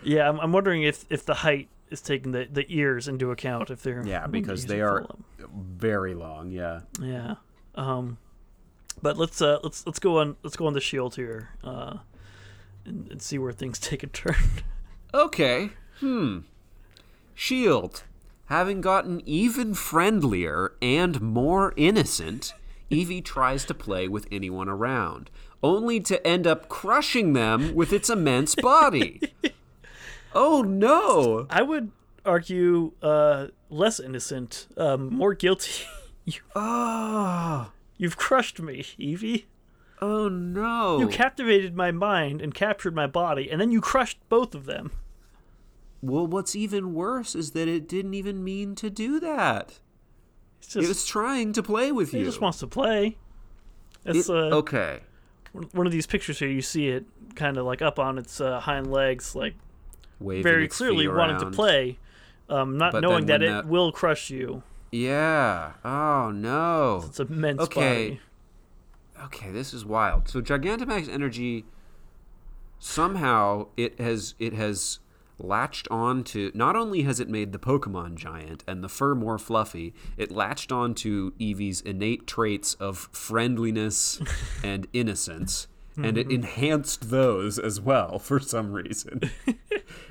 Yeah, I'm, I'm wondering if if the height is taking the, the ears into account if they're yeah when because ears they are full very long yeah up. yeah. Um, but let's uh let's let's go on let's go on the shield here, uh, and, and see where things take a turn. Okay. Hmm. Shield. Having gotten even friendlier and more innocent, Evie tries to play with anyone around, only to end up crushing them with its immense body. Oh no! I would argue uh, less innocent, um, more guilty. you, Oh, you've crushed me, Evie. oh no! You captivated my mind and captured my body, and then you crushed both of them. well, what's even worse is that it didn't even mean to do that. It's It just, was trying to play with he you. just wants to play. It- It's uh, okay. one of these pictures here. You see it kind of like up on its uh, hind legs, like Waving very its feet clearly wanting to around. play, um, not But knowing then that when it that- will crush you. Yeah. Oh no. It's immense Okay. body. Okay, this is wild. So Gigantamax energy somehow it has it has latched on to not only has it made the Pokemon giant and the fur more fluffy, it latched on to Eevee's innate traits of friendliness and innocence. And Mm-hmm. it enhanced those as well for some reason.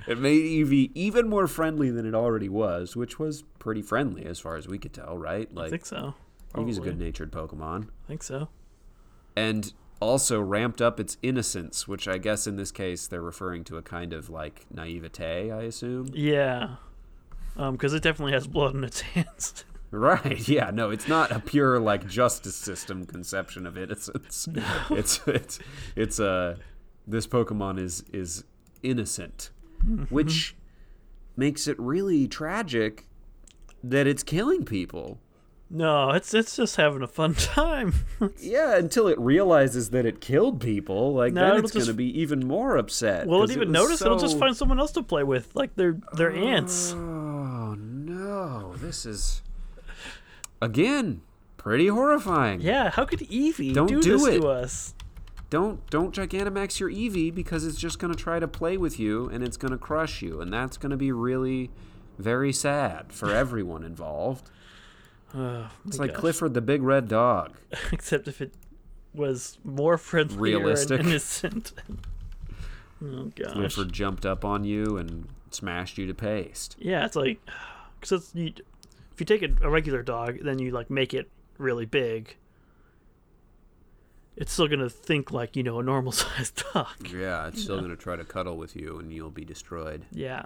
it made Eevee even more friendly than it already was, which was pretty friendly as far as we could tell, right? I Like think so. Eevee's Probably. a good natured Pokemon I think so. and also ramped up its innocence, which I guess in this case they're referring to a kind of like naivete, I assume. Yeah. Because it definitely has blood in its hands. Right? Yeah. No, it's not a pure like justice system conception of innocence. It's it's it's uh, this Pokemon is is innocent, which makes it really tragic that it's killing people. no, it's it's just having a fun time. Yeah, until it realizes that it killed people, like No, then it'll it's going to just- be even more upset. Will it 'cause even was notice? It'll just so- find someone else to play with, like their their ants. Oh no, this is again pretty horrifying. Yeah, how could Evie Don't do, do this it. to us? Don't don't Gigantamax your Eevee because it's just gonna try to play with you and it's gonna crush you, and that's gonna be really very sad for everyone involved. Oh, It's my like gosh. Oh Clifford the Big Red Dog. Except if it was more friendly Realistic. and innocent. oh gosh. Clifford jumped up on you and smashed you to paste. Yeah, it's like because it's you, if you take a, a regular dog, then you like make it really big. It's still gonna think like you know a normal sized dog. Yeah, it's still gonna try to cuddle with you, and you'll be destroyed. Yeah,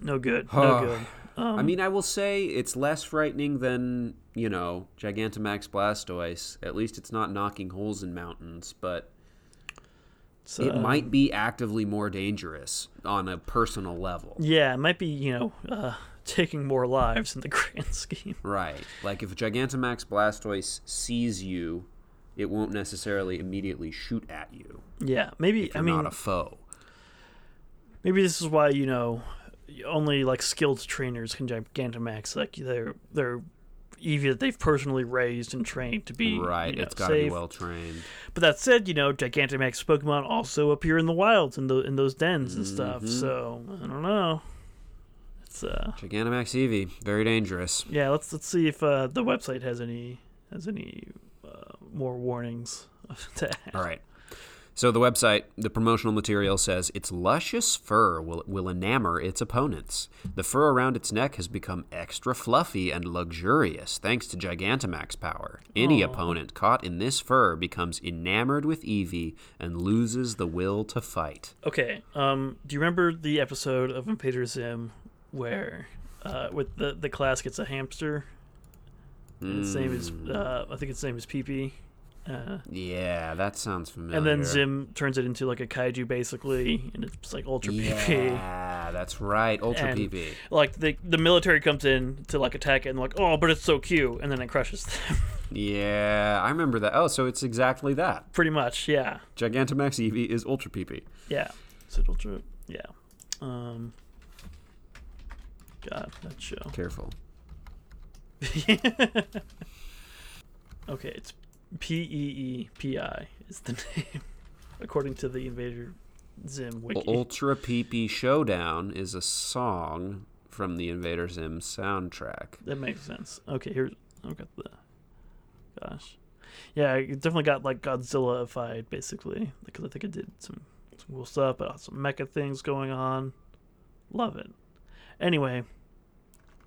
no good, Huh. no good. I mean, I will say it's less frightening than, you know, Gigantamax Blastoise. At least it's not knocking holes in mountains, but So it might be actively more dangerous on a personal level. Yeah, it might be you know uh, taking more lives in the grand scheme. Right. Like if Gigantamax Blastoise sees you it won't necessarily immediately shoot at you. Yeah, maybe I You're mean not a foe. maybe this is why you know only like skilled trainers can Gigantamax. Like they're they're Eevee that they've personally raised and trained to be Right. You know, it's got to be safe. well trained. But that said, you know Gigantamax Pokemon also appear in the wilds in the in those dens and Mm-hmm. stuff. So I don't know. It's uh Gigantamax Eevee, very dangerous. yeah. Let's let's see if uh, the website has any has any uh, more warnings to add. All right. So the website, the promotional material says its luscious fur will, will enamor its opponents. The fur around its neck has become extra fluffy and luxurious thanks to Gigantamax power. Any opponent caught in this fur becomes enamored with Eevee and loses the will to fight. Okay. Um, do you remember the episode of Invader Zim where uh, with the the class gets a hamster? And its name is uh, I think its name is Pee Pee. Uh, Yeah, that sounds familiar. and then Zim turns it into like a kaiju basically, and it's like Ultra Pee Pee. Yeah, that's right. Ultra And PP. like the the military comes in to like attack it and like oh but it's so cute and then it crushes them Yeah, I remember that. Oh, so it's exactly that. pretty much yeah Gigantamax Eevee is Ultra PP. yeah is it ultra yeah um God that show Careful. Okay, it's P E E P I is the name, according to the Invader Zim wiki. Ultra PP Showdown is a song from the Invader Zim soundtrack. That makes sense. Okay, here I've got the. Gosh, yeah, it definitely got like Godzillaified basically because I think it did some some cool stuff, but also mecha things going on. Love it. Anyway,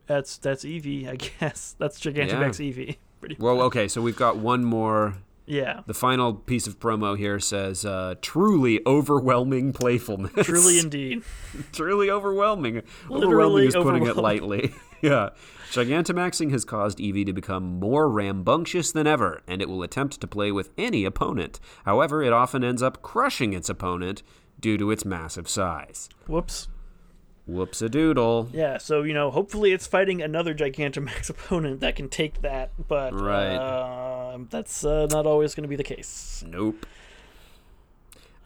that's that's Eevee, I guess. That's Gigantamax Eevee. Pretty Well, okay, so we've got one more. yeah. The final piece of promo here says, uh, truly overwhelming playfulness. Truly indeed. truly overwhelming. Literally overwhelming is putting it overwhelming. lightly. yeah. Gigantamaxing has caused Eevee to become more rambunctious than ever, and it will attempt to play with any opponent. However, it often ends up crushing its opponent due to its massive size. Whoops. Whoops a doodle. Yeah, so you know, hopefully it's fighting another Gigantamax opponent that can take that, but Right. uh, that's uh, not always going to be the case. Nope.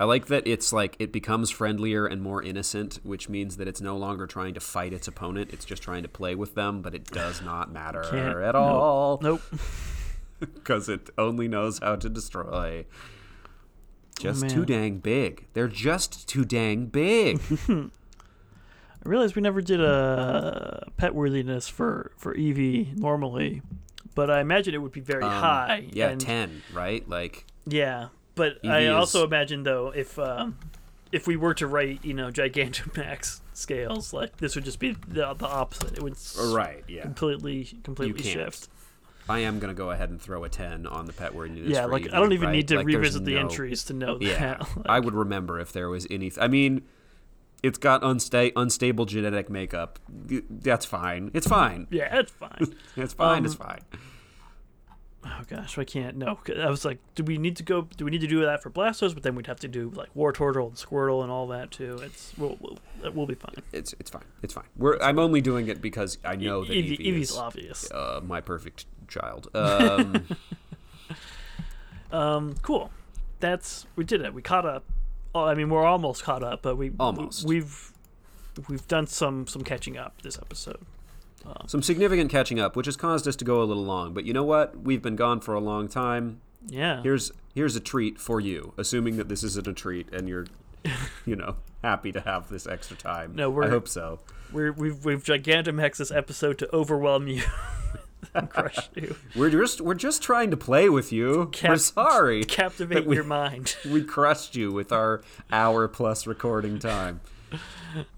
I like that it's like it becomes friendlier and more innocent, which means that it's no longer trying to fight its opponent. It's just trying to play with them, but it does not matter Can't- at nope. all Nope. because it only knows how to destroy. Just too Oh, man. dang big. They're just too dang big. I realize we never did a pet worthiness for for Eevee normally, but I imagine it would be very high. Um, yeah, and- ten, right? Like Yeah, but Eevee I is- also imagine though if um, if we were to rate, you know, Gigantamax scales, like this would just be the, the opposite. It would s- right, yeah. completely completely can't. shift. I am gonna go ahead and throw a ten on the pet word news. Yeah, for like Eevee, I don't even right? need to Like, there's revisit the no- entries to know Yeah, that. Like, I would remember if there was any. I mean, it's got unsta- unstable genetic makeup. Y- That's fine. It's fine. yeah, it's fine. It's fine. it's Um, fine. oh gosh, I can't. No, 'Cause I was like, do we need to go? Do we need to do that for Blastos? But then we'd have to do like War Turtle and Squirtle and all that too. It's we'll we'll, we'll be fine. It's it's fine. It's fine. We're, I'm only doing it because I know that Eevee, Evie, Eevee's E is obvious. uh, my perfect child. Um, Um, cool. That's we did it. We caught up. Oh, I mean, we're almost caught up, but we Almost. we've we've done some some catching up this episode. some significant catching up, which has caused us to go a little long. But you know what? We've been gone for a long time. Yeah. Here's here's a treat for you, assuming that this isn't a treat and you're, you know, happy to have this extra time. No, we're- I hope so. We're, we've we've Gigantamax this episode to overwhelm you, and crush you. We're just we're just trying to play with you. we're Cap- sorry. captivate we- your mind. we crushed you with our hour plus recording time.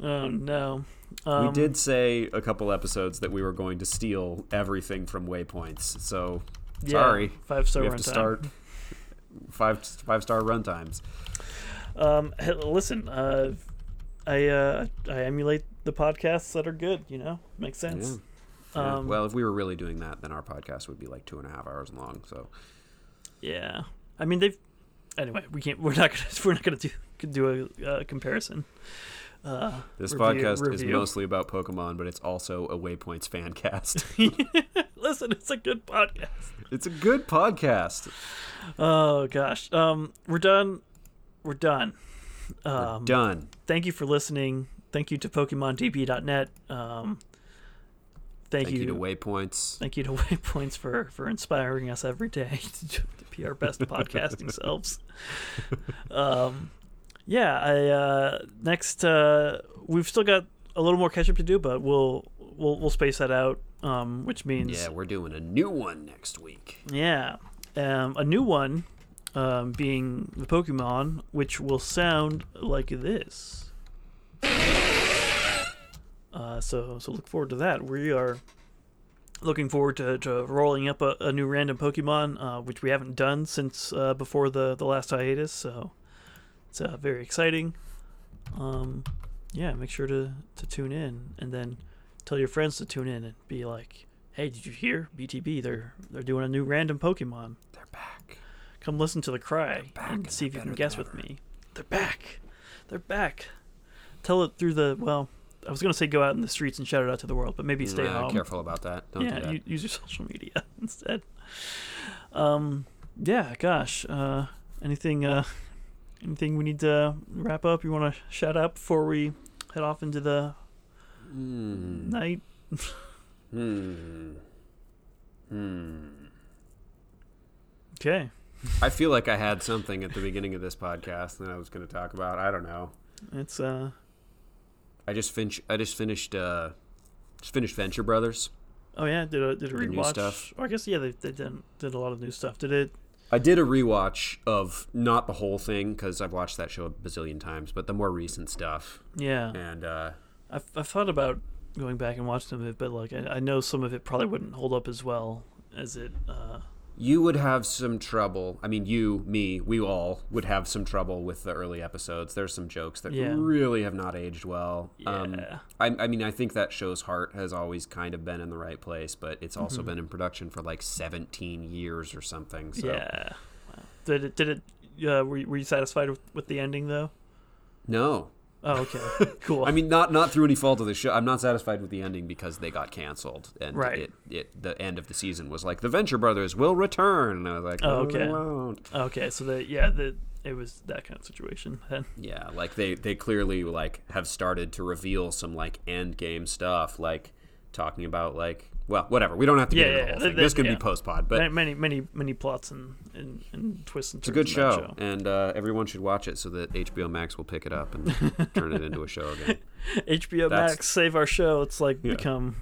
Oh no. Um, we did say a couple episodes that we were going to steal everything from waypoints. So Yeah, sorry. Five star we have runtime. to start five five star runtimes. Um, hey, listen, uh, I uh, I emulate the podcasts that are good. You know, makes sense. Yeah, Um, well, if we were really doing that, then our podcast would be like two and a half hours long. So Yeah. I mean, they've. Anyway, we can't. We're not gonna. We're not gonna do could do a uh, comparison. Uh, this Review- podcast is review. mostly about Pokemon, but it's also a Waypoints fan cast. Listen, it's a good podcast. It's a good podcast. Oh gosh, um, we're done. We're done. Um, Done. Thank you for listening. Thank you to PokemonDB.net. Um, thank, Thank you to Waypoints. Thank you to Waypoints for for inspiring us every day to, do- to be our best podcasting selves. Um, yeah, I uh, next uh, we've still got a little more catch up to do, but we'll we'll we'll space that out, um, which means Yeah, we're doing a new one next week. yeah, um, a new one um, being the Pokemon, which will sound like this. Uh, so so look forward to that. We are looking forward to, to rolling up a, a new random Pokemon, uh, which we haven't done since uh, before the the last hiatus. So it's uh, very exciting. Um, yeah, make sure to to tune in and then tell your friends to tune in and be like, "Hey, did you hear BTB? They're they're doing a new random Pokemon. They're back. Come listen to the cry back and and see if they're you can better guess than with ever." me. They're back. They're back. Tell it through the well. I was gonna say go out in the streets and shout it out to the world, but maybe stay Uh, home. Careful about that. Don't do yeah, that. u- use your social media instead. Um, yeah, gosh. Uh, anything? Uh, anything we need to wrap up? You want to shout out before we head off into the Hmm. night? Hmm. Hmm. Okay. I feel like I had something at the beginning of this podcast that I was going to talk about. I don't know. It's uh I just finished. I just finished. Uh, just finished Venture Brothers. oh yeah, did a did a The new rewatch. stuff. Or I guess yeah, they they did did a lot of new stuff. Did it? I did a rewatch of not the whole thing because I've watched that show a bazillion times, but the more recent stuff. Yeah. And uh, I've I've thought about going back and watching some of it, but like I, I know some of it probably wouldn't hold up as well as it. Uh, you would have some trouble. I mean, you, me, we all would have some trouble with the early episodes. There's some jokes that Yeah. really have not aged well. Um, Yeah. I, I mean, I think that show's heart has always kind of been in the right place, but it's also Mm-hmm. been in production for like 17 years or something. So Yeah. Wow. Did it? Did it? Uh, were, you- were you satisfied with, with the ending though? no. Oh, okay. Cool. I mean, not not through any fault of the show. I'm not satisfied with the ending because they got canceled, and Right. it, it the end of the season was like the Venture Brothers will return, and I was like, Oh, oh, okay. they won't. okay. So that yeah, the it was that kind of situation then. Yeah, like they they clearly like have started to reveal some like end game stuff, like talking about like well, whatever. We don't have to Yeah, get into yeah, the whole they- thing. this they- could yeah. be post pod, but Ma- many many many plots and and, and twists and it's a turns. good in that show, and uh, everyone should watch it so that HBO Max will pick it up and turn it into a show again. HBO That's- Max save our show. It's like become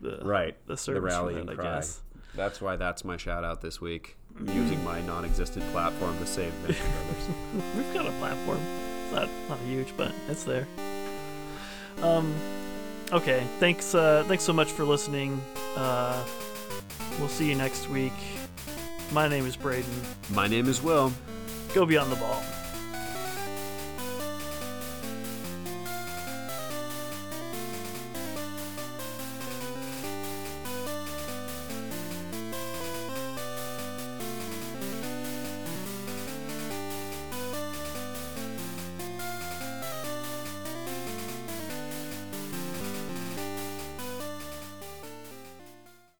the Right, the service rally for and that, I cry. guess. That's why that's my shout out this week. Using my non-existent platform to save Venture Brothers. We've got a platform. It's not not huge, but it's there. Um, okay. Thanks. Uh, thanks so much for listening. Uh, we'll see you next week. My name is Braden. My name is Will. Go beyond the ball.